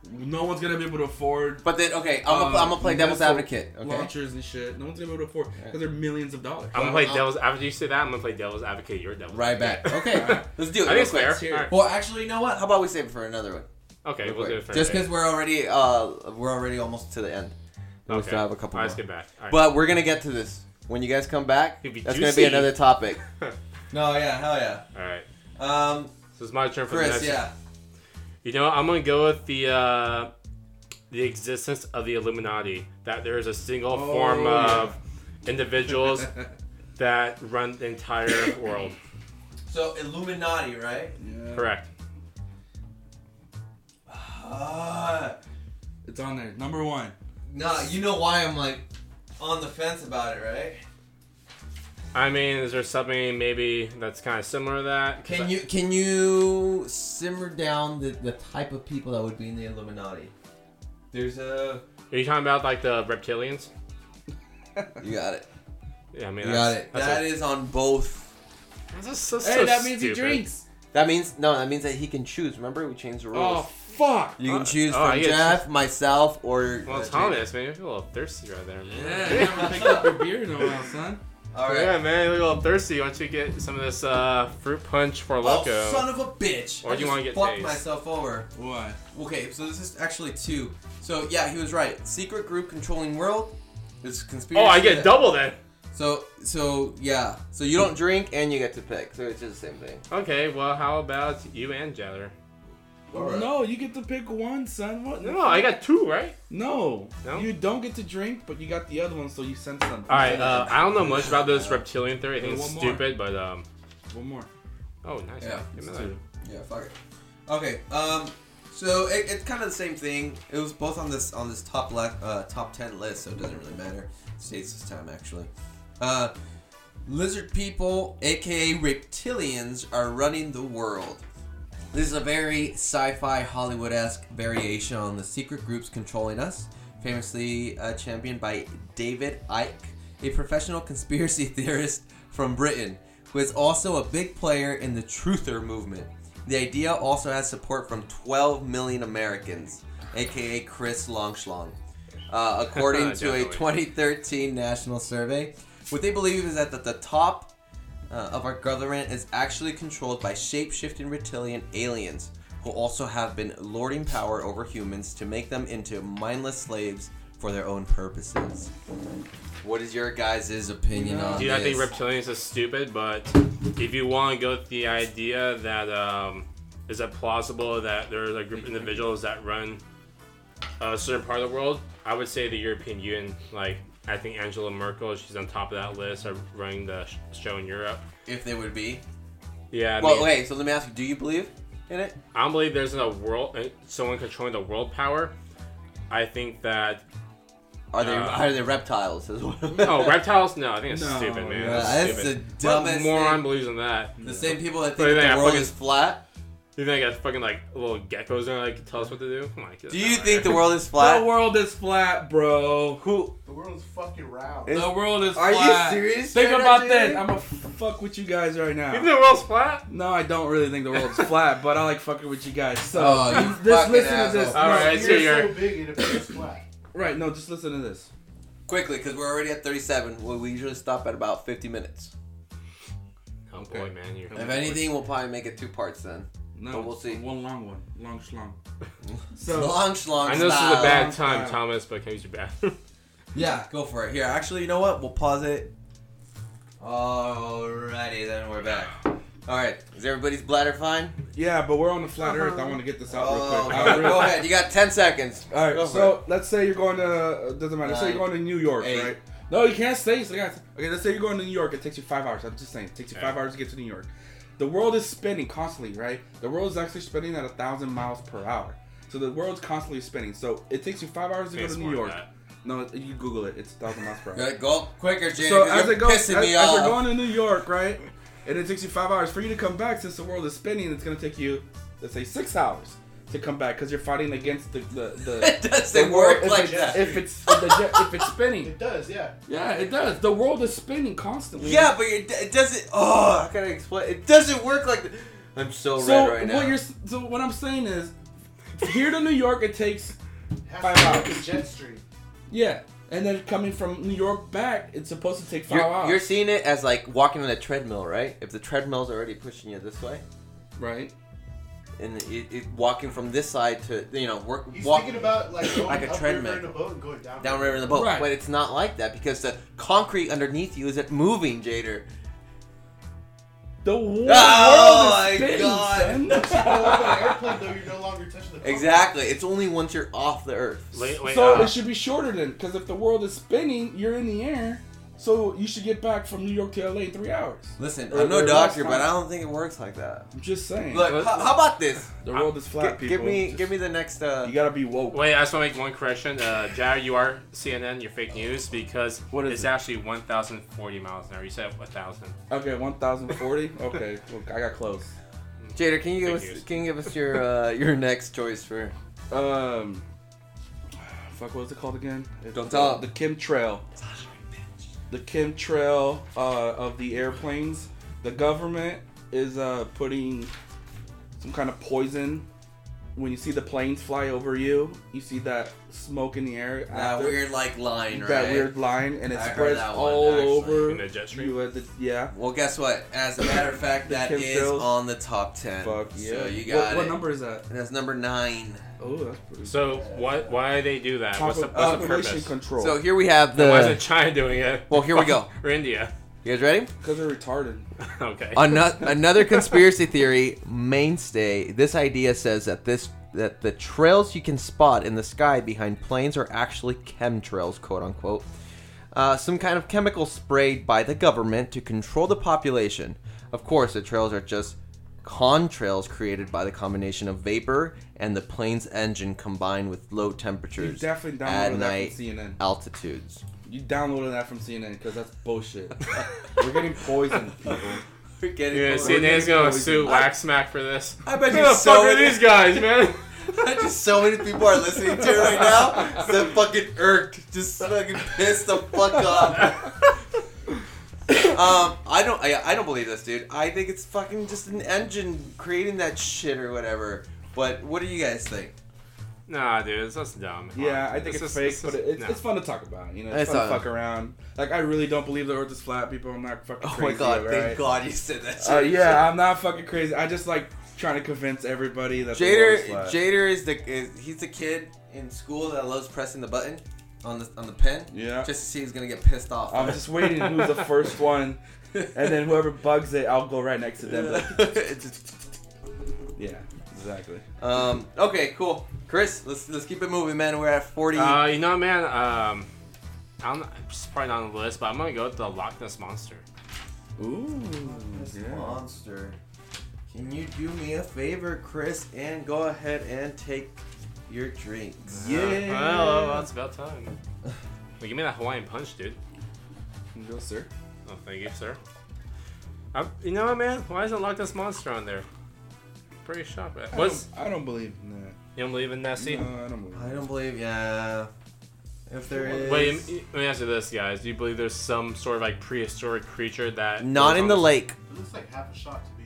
[SPEAKER 1] No one's gonna be able to afford
[SPEAKER 4] But then okay, I'm gonna
[SPEAKER 7] Um,
[SPEAKER 1] uh,
[SPEAKER 4] I'm gonna play devil's
[SPEAKER 1] missile
[SPEAKER 4] advocate. Okay.
[SPEAKER 1] launchers and shit. No one's gonna be able to afford because they're millions of dollars.
[SPEAKER 2] I'm gonna play
[SPEAKER 4] I'll-
[SPEAKER 2] devil's advocate. You say that I'm gonna play devil's advocate. You're devil's.
[SPEAKER 4] uh, Right back. Okay, let's do it.
[SPEAKER 2] I think it's
[SPEAKER 4] real
[SPEAKER 2] fair.
[SPEAKER 4] quick.
[SPEAKER 1] fair.
[SPEAKER 2] All right.
[SPEAKER 4] Well, actually, you know what? How about we save it for another one?
[SPEAKER 2] Okay, we'll do it for
[SPEAKER 4] Just
[SPEAKER 2] today.
[SPEAKER 4] because we're already uh we're already almost to the end. And We
[SPEAKER 2] Okay.
[SPEAKER 4] still have a couple
[SPEAKER 2] All right, let's
[SPEAKER 4] more.
[SPEAKER 2] get back. All right.
[SPEAKER 4] But we're gonna get to this when you guys come back.
[SPEAKER 2] It'd be
[SPEAKER 4] that's gonna
[SPEAKER 2] juicy.
[SPEAKER 4] be another topic.
[SPEAKER 7] No, yeah, hell yeah.
[SPEAKER 2] All right.
[SPEAKER 7] Um,
[SPEAKER 2] So it's my turn for the
[SPEAKER 7] Chris,
[SPEAKER 2] next.
[SPEAKER 7] yeah.
[SPEAKER 2] You know, I'm gonna go with the uh, the existence of the Illuminati. That there is a single
[SPEAKER 1] Oh,
[SPEAKER 2] form
[SPEAKER 1] yeah.
[SPEAKER 2] of individuals that run the entire world.
[SPEAKER 7] So Illuminati, right?
[SPEAKER 1] Yeah.
[SPEAKER 2] Correct.
[SPEAKER 7] Uh,
[SPEAKER 1] It's on there. Number one.
[SPEAKER 7] nah, you know why I'm like on the fence about it, right?
[SPEAKER 2] I mean, is there something maybe that's kind of similar to that? 'Cause I-
[SPEAKER 6] Can you can you simmer down the, the type of people that would be in the Illuminati?
[SPEAKER 7] There's a
[SPEAKER 2] Are you talking about like the reptilians?
[SPEAKER 4] You got it.
[SPEAKER 2] Yeah, I mean,
[SPEAKER 4] You
[SPEAKER 2] that's,
[SPEAKER 4] got it.
[SPEAKER 2] That's
[SPEAKER 4] That
[SPEAKER 2] a-
[SPEAKER 4] is on both.
[SPEAKER 2] that's just so,
[SPEAKER 1] Hey,
[SPEAKER 2] so
[SPEAKER 1] that means he
[SPEAKER 2] stupid.
[SPEAKER 1] drinks.
[SPEAKER 4] That means no. That means that he can choose. Remember, we changed the rules.
[SPEAKER 1] Oh fuck.
[SPEAKER 4] you can
[SPEAKER 2] uh,
[SPEAKER 4] choose
[SPEAKER 2] oh, I
[SPEAKER 4] from
[SPEAKER 2] get-
[SPEAKER 4] Jeff, myself, or
[SPEAKER 2] Well,
[SPEAKER 4] uh,
[SPEAKER 2] Thomas, man, you look a little thirsty right there,
[SPEAKER 1] Yeah,
[SPEAKER 2] man.
[SPEAKER 1] you haven't picked up your beer in a while, son.
[SPEAKER 7] all right.
[SPEAKER 2] Yeah, man, you look a little thirsty. Why don't you get some of this uh, fruit punch for loco?
[SPEAKER 7] Oh, son of a bitch!
[SPEAKER 2] Or
[SPEAKER 7] I
[SPEAKER 2] do you
[SPEAKER 7] just
[SPEAKER 2] wanna get
[SPEAKER 7] fucked
[SPEAKER 2] tased?
[SPEAKER 7] myself over.
[SPEAKER 1] What?
[SPEAKER 7] Okay, so this is actually two.
[SPEAKER 4] So yeah, he was right. Secret group controlling world. It's conspiracy.
[SPEAKER 2] oh, I get double then.
[SPEAKER 4] So so yeah. So you don't drink and you get to pick. So it's just the same thing.
[SPEAKER 2] Okay, well, how about you and Jether?
[SPEAKER 1] No, you get to pick one, son. What?
[SPEAKER 2] No, I got two, right?
[SPEAKER 1] No.
[SPEAKER 2] No?
[SPEAKER 1] You don't get to drink, but you got the other one, so you send something.
[SPEAKER 2] All right. Uh, I don't know much about this reptilian theory. I think it's
[SPEAKER 1] One more.
[SPEAKER 2] stupid, but um,
[SPEAKER 1] One more.
[SPEAKER 2] Oh, nice.
[SPEAKER 4] Yeah.
[SPEAKER 2] Give me that.
[SPEAKER 4] Yeah, fuck it. Okay, um, so it, it's kind of the same thing. It was both on this on this top left uh, top ten list, so it doesn't really matter. It stays this time actually. Uh, lizard people, aka reptilians, are running the world. This is a very sci-fi Hollywood-esque variation on the secret groups controlling us, famously uh, championed by David Icke, a professional conspiracy theorist from Britain, who is also a big player in the truther movement. The idea also has support from 12 million Americans, aka Chris Longschlong. Uh, according to a
[SPEAKER 2] Definitely.
[SPEAKER 4] 2013 national survey, what they believe is that at the top uh, of our government is actually controlled by shape shifting reptilian aliens who also have been lording power over humans to make them into mindless slaves for their own purposes. What is your guys' opinion on
[SPEAKER 2] Dude, I think
[SPEAKER 4] this?
[SPEAKER 2] reptilians is stupid, but if you want to go with the idea that um, is it plausible that there's a group of individuals that run a certain part of the world, I would say the European Union. Like, I think Angela Merkel, she's on top of that list, of running the sh- show in Europe.
[SPEAKER 4] if they would be.
[SPEAKER 2] Yeah, I
[SPEAKER 4] well,
[SPEAKER 2] mean,
[SPEAKER 4] wait. So let me ask you: Do you believe in it?
[SPEAKER 2] I don't believe there's a world, uh, someone controlling the world power. I think that
[SPEAKER 4] Are they
[SPEAKER 2] Uh,
[SPEAKER 4] are they reptiles? Is what
[SPEAKER 2] no oh, reptiles. No, I think it's
[SPEAKER 1] No,
[SPEAKER 2] stupid, man.
[SPEAKER 1] yeah,
[SPEAKER 2] That's
[SPEAKER 4] that's the
[SPEAKER 2] stupid. What
[SPEAKER 4] dumbest
[SPEAKER 2] moron
[SPEAKER 4] thing.
[SPEAKER 2] believes in that.
[SPEAKER 4] the same people
[SPEAKER 2] What
[SPEAKER 4] that
[SPEAKER 2] do
[SPEAKER 4] think
[SPEAKER 2] you
[SPEAKER 4] that
[SPEAKER 2] think,
[SPEAKER 4] the
[SPEAKER 2] I
[SPEAKER 4] world
[SPEAKER 2] fucking-
[SPEAKER 4] is flat.
[SPEAKER 2] You think I got fucking like little geckos there like tell us what to do? Oh Come on,
[SPEAKER 4] Do you think the world is
[SPEAKER 1] The
[SPEAKER 4] flat?
[SPEAKER 1] world is flat, bro.
[SPEAKER 4] Who?
[SPEAKER 8] The world's fucking round.
[SPEAKER 4] It's-
[SPEAKER 1] The world is
[SPEAKER 4] Are you
[SPEAKER 1] flat.
[SPEAKER 4] serious
[SPEAKER 1] Think
[SPEAKER 4] right now,
[SPEAKER 1] about
[SPEAKER 4] dude?
[SPEAKER 1] this. I'm gonna fuck with you guys right now.
[SPEAKER 2] You think the world's flat?
[SPEAKER 1] No, I don't really think the world's flat, but I like fucking with you guys. So
[SPEAKER 7] Oh, you
[SPEAKER 1] just
[SPEAKER 7] fucking
[SPEAKER 1] listen to this.
[SPEAKER 7] asshole.
[SPEAKER 1] No,
[SPEAKER 2] All right,
[SPEAKER 8] You're
[SPEAKER 2] so you're
[SPEAKER 8] so big it appears flat.
[SPEAKER 1] right, no, just listen to this.
[SPEAKER 4] Quickly, because we're already at 37. Well, we usually stop at about 50 minutes.
[SPEAKER 2] Oh boy, man, you're.
[SPEAKER 4] If anything, we'll probably make it two parts then.
[SPEAKER 1] No,
[SPEAKER 4] But we'll
[SPEAKER 1] it's
[SPEAKER 4] see.
[SPEAKER 1] One long one, long schlong. so
[SPEAKER 4] Long schlong
[SPEAKER 2] I know this is a
[SPEAKER 4] style.
[SPEAKER 2] bad time,
[SPEAKER 1] Wow.
[SPEAKER 2] Thomas, but can you use your bathroom?
[SPEAKER 4] Yeah, go for it. Here, actually, you know what? We'll pause it. Alrighty, then we're back. Alright, is everybody's bladder fine?
[SPEAKER 1] yeah, but we're on the flat Earth. I want to get this out real
[SPEAKER 4] Oh,
[SPEAKER 1] quick. I
[SPEAKER 4] no,
[SPEAKER 1] really-
[SPEAKER 4] go ahead. You got 10 seconds.
[SPEAKER 1] All right,
[SPEAKER 4] Go for
[SPEAKER 1] so let's say you're going to doesn't matter. Let's say you're
[SPEAKER 4] Nine,
[SPEAKER 1] going to New York,
[SPEAKER 4] eight.
[SPEAKER 1] right? No, you can't stay. You still got- okay, let's say you're going to New York. It takes you five hours. I'm just saying, it takes you five hours to get to New York. The world is spinning constantly, right? The world is actually spinning at a thousand miles per hour. So the world's constantly spinning. So it takes you five hours to go
[SPEAKER 2] It's
[SPEAKER 1] to New
[SPEAKER 2] more
[SPEAKER 1] York.
[SPEAKER 2] than that.
[SPEAKER 1] No, you Google it. It's a thousand miles per hour.
[SPEAKER 4] Good, Go quicker, Jay.
[SPEAKER 1] So
[SPEAKER 4] 'cause
[SPEAKER 1] as
[SPEAKER 4] you're
[SPEAKER 1] it goes, as,
[SPEAKER 4] pissing me
[SPEAKER 1] as you're
[SPEAKER 4] off.
[SPEAKER 1] going to New York, right, and it takes you five hours for you to come back. Since the world is spinning, it's gonna take you, let's say, six hours to come back because you're fighting against the the. the
[SPEAKER 4] it doesn't
[SPEAKER 1] the world-
[SPEAKER 4] work
[SPEAKER 1] if
[SPEAKER 4] like
[SPEAKER 1] it's-
[SPEAKER 4] that.
[SPEAKER 1] If it's the jet- if it's spinning,
[SPEAKER 8] It does, yeah.
[SPEAKER 1] yeah, it does. The world is spinning constantly.
[SPEAKER 4] yeah, but it, it doesn't. Oh, how can I explain? It doesn't work like that. I'm so,
[SPEAKER 1] So
[SPEAKER 4] red right now.
[SPEAKER 1] what you're s- so what I'm saying is, here to New York it takes
[SPEAKER 8] It has
[SPEAKER 1] Five
[SPEAKER 8] to be like
[SPEAKER 1] hours.
[SPEAKER 8] a jet stream.
[SPEAKER 1] yeah, and then coming from New York back, it's supposed to take 5
[SPEAKER 4] You're,
[SPEAKER 1] hours.
[SPEAKER 4] you're seeing it as like walking on a treadmill, right? If the treadmill's already pushing you this way,
[SPEAKER 1] right.
[SPEAKER 4] and it, it, walking from this side to you know work
[SPEAKER 8] He's
[SPEAKER 4] walk
[SPEAKER 8] thinking about like going
[SPEAKER 4] Like a
[SPEAKER 8] upriver
[SPEAKER 4] treadmill.
[SPEAKER 8] in a boat and going down.
[SPEAKER 4] downriver in the boat,
[SPEAKER 1] Right.
[SPEAKER 4] but it's not like that because the concrete underneath you isn't moving, Jader.
[SPEAKER 1] The world,
[SPEAKER 4] Oh,
[SPEAKER 1] world is
[SPEAKER 4] my
[SPEAKER 1] spinning,
[SPEAKER 4] God.
[SPEAKER 1] son.
[SPEAKER 8] Like an airplane though, you're no longer touching the. concrete.
[SPEAKER 4] Exactly. It's only once you're off the earth.
[SPEAKER 2] Wait, wait,
[SPEAKER 1] So
[SPEAKER 2] uh,
[SPEAKER 1] it should be shorter then, because if the world is spinning, you're in the air. So you should get back from New York to LA in three hours.
[SPEAKER 4] Listen,
[SPEAKER 1] Or-
[SPEAKER 4] I'm
[SPEAKER 1] or
[SPEAKER 4] no
[SPEAKER 1] less
[SPEAKER 4] doctor,
[SPEAKER 1] time.
[SPEAKER 4] but I don't think it works like that.
[SPEAKER 1] I'm just saying.
[SPEAKER 4] Look,
[SPEAKER 2] Let's-
[SPEAKER 4] how, how about this?
[SPEAKER 1] the world is flat,
[SPEAKER 4] Gi-
[SPEAKER 1] people.
[SPEAKER 4] give me,
[SPEAKER 1] Just-
[SPEAKER 4] give me the next. Uh,
[SPEAKER 1] You gotta be woke.
[SPEAKER 2] wait, I just want to make one correction. Uh, Jared, you are CNN, you're fake news because
[SPEAKER 1] What is
[SPEAKER 2] it's
[SPEAKER 1] it?
[SPEAKER 2] actually 1,040 miles an hour. You said 1,000.
[SPEAKER 1] Okay, 1,040. okay, look, I got close.
[SPEAKER 4] Jader, can you give
[SPEAKER 2] Fake
[SPEAKER 4] us,
[SPEAKER 2] news.
[SPEAKER 4] can you give us your, uh, your next choice for?
[SPEAKER 1] Um, fuck, what was it called again? It's,
[SPEAKER 4] Don't tell.
[SPEAKER 1] uh, The Kim Trail. The Kim Trail uh, of the airplanes. The government is uh, putting some kind of poison. When you see the planes fly over you, you see that smoke in the air.
[SPEAKER 4] That
[SPEAKER 1] after.
[SPEAKER 4] weird like line, right?
[SPEAKER 1] that weird line, and it
[SPEAKER 4] I heard
[SPEAKER 1] spreads
[SPEAKER 4] that one,
[SPEAKER 1] all
[SPEAKER 4] actually.
[SPEAKER 1] over.
[SPEAKER 2] In the jet stream?
[SPEAKER 1] you at the- yeah.
[SPEAKER 4] Well, guess what? As a matter of fact,
[SPEAKER 1] The
[SPEAKER 4] that
[SPEAKER 1] Kim
[SPEAKER 4] is
[SPEAKER 1] Trails.
[SPEAKER 4] on the top ten.
[SPEAKER 1] Fuck yeah.
[SPEAKER 4] So you
[SPEAKER 1] What-
[SPEAKER 4] got
[SPEAKER 1] what,
[SPEAKER 4] it.
[SPEAKER 1] number is that?
[SPEAKER 4] And that's number nine.
[SPEAKER 1] Oh, that's pretty.
[SPEAKER 2] So why why they do that? What's the,
[SPEAKER 1] Popu-
[SPEAKER 2] what's the
[SPEAKER 1] population
[SPEAKER 2] purpose?
[SPEAKER 1] control.
[SPEAKER 4] So here we have
[SPEAKER 2] Why isn't
[SPEAKER 4] the.
[SPEAKER 2] China doing it?
[SPEAKER 4] Uh, Well, here we go.
[SPEAKER 2] Or India.
[SPEAKER 4] You guys ready?
[SPEAKER 1] Because they're retarded.
[SPEAKER 2] okay.
[SPEAKER 4] Another, another conspiracy theory mainstay. This idea says that this that the trails you can spot in the sky behind planes are actually chemtrails, quote unquote. Uh, some kind of chemical sprayed by the government to control the population. Of course, the trails are just contrails created by the combination of vapor and the plane's engine combined with low
[SPEAKER 1] You
[SPEAKER 4] temperatures
[SPEAKER 1] definitely
[SPEAKER 4] at
[SPEAKER 1] downloaded that
[SPEAKER 4] night
[SPEAKER 1] from CNN.
[SPEAKER 4] altitudes.
[SPEAKER 1] You downloaded that from CNN because that's bullshit. We're getting poisoned, people.
[SPEAKER 4] We're getting
[SPEAKER 2] Yeah, CNN's gonna sue Waxmack for this.
[SPEAKER 4] I bet
[SPEAKER 2] Who
[SPEAKER 4] you
[SPEAKER 2] the fuck
[SPEAKER 4] so
[SPEAKER 2] are
[SPEAKER 4] many,
[SPEAKER 2] these guys, man?
[SPEAKER 4] I bet you so many people are listening to it right now. So fucking irked, just fucking pissed the fuck off. Um, I don't, I, I don't believe this, dude. I think it's fucking just an engine creating that shit or whatever. But what do you guys think?
[SPEAKER 2] Nah, dude, it's just dumb.
[SPEAKER 1] Yeah, I think it's,
[SPEAKER 2] This is-
[SPEAKER 1] fake,
[SPEAKER 2] this
[SPEAKER 1] but
[SPEAKER 2] is-
[SPEAKER 1] it- it's,
[SPEAKER 2] no.
[SPEAKER 1] it's fun to talk about. You know, it's,
[SPEAKER 4] It's
[SPEAKER 1] fun to
[SPEAKER 4] not-
[SPEAKER 1] fuck around. Like, I really don't believe the Earth is flat, people. I'm not fucking
[SPEAKER 4] Oh
[SPEAKER 1] crazy.
[SPEAKER 4] my god!
[SPEAKER 1] alright?
[SPEAKER 4] Thank God you said that. Shit.
[SPEAKER 1] Uh, yeah, I'm not fucking crazy. I just like trying to convince everybody that the world
[SPEAKER 4] Jader,
[SPEAKER 1] is flat.
[SPEAKER 4] Jader is the is, he's the kid in school that loves pressing the button on the on the pen
[SPEAKER 1] Yeah.
[SPEAKER 4] just to see who's gonna get pissed off.
[SPEAKER 1] I'm just waiting who's the first one, and then whoever bugs it, I'll go right next to them. Like,
[SPEAKER 4] It's just-
[SPEAKER 1] yeah, exactly.
[SPEAKER 4] um. Okay. Cool. Chris, let's let's keep it moving, man. We're at forty.
[SPEAKER 2] Uh, you know, man. Um, I don't. It's probably not on the list, but I'm gonna go with the Loch Ness monster.
[SPEAKER 1] Ooh, yeah.
[SPEAKER 4] Monster. Can you do me a favor, Chris, and go ahead and take your drinks?
[SPEAKER 1] Yeah.
[SPEAKER 2] Uh, Well, well, it's about time. Well, give me that Hawaiian punch, dude.
[SPEAKER 1] Go, sir.
[SPEAKER 2] Oh, thank you, sir. I, you know what, man? Why isn't Loch Ness monster on there? Pretty shocked.
[SPEAKER 1] I
[SPEAKER 2] What's
[SPEAKER 1] don't, I don't believe in that.
[SPEAKER 2] you don't believe in Nessie?
[SPEAKER 1] No, I don't believe.
[SPEAKER 4] I don't believe. Yeah. If there is.
[SPEAKER 2] Wait, m- let me ask you this, guys. Do you believe there's some sort of like prehistoric creature that
[SPEAKER 4] Not
[SPEAKER 2] lives
[SPEAKER 4] in
[SPEAKER 2] on
[SPEAKER 4] the lake.
[SPEAKER 8] It looks like half a shot to me.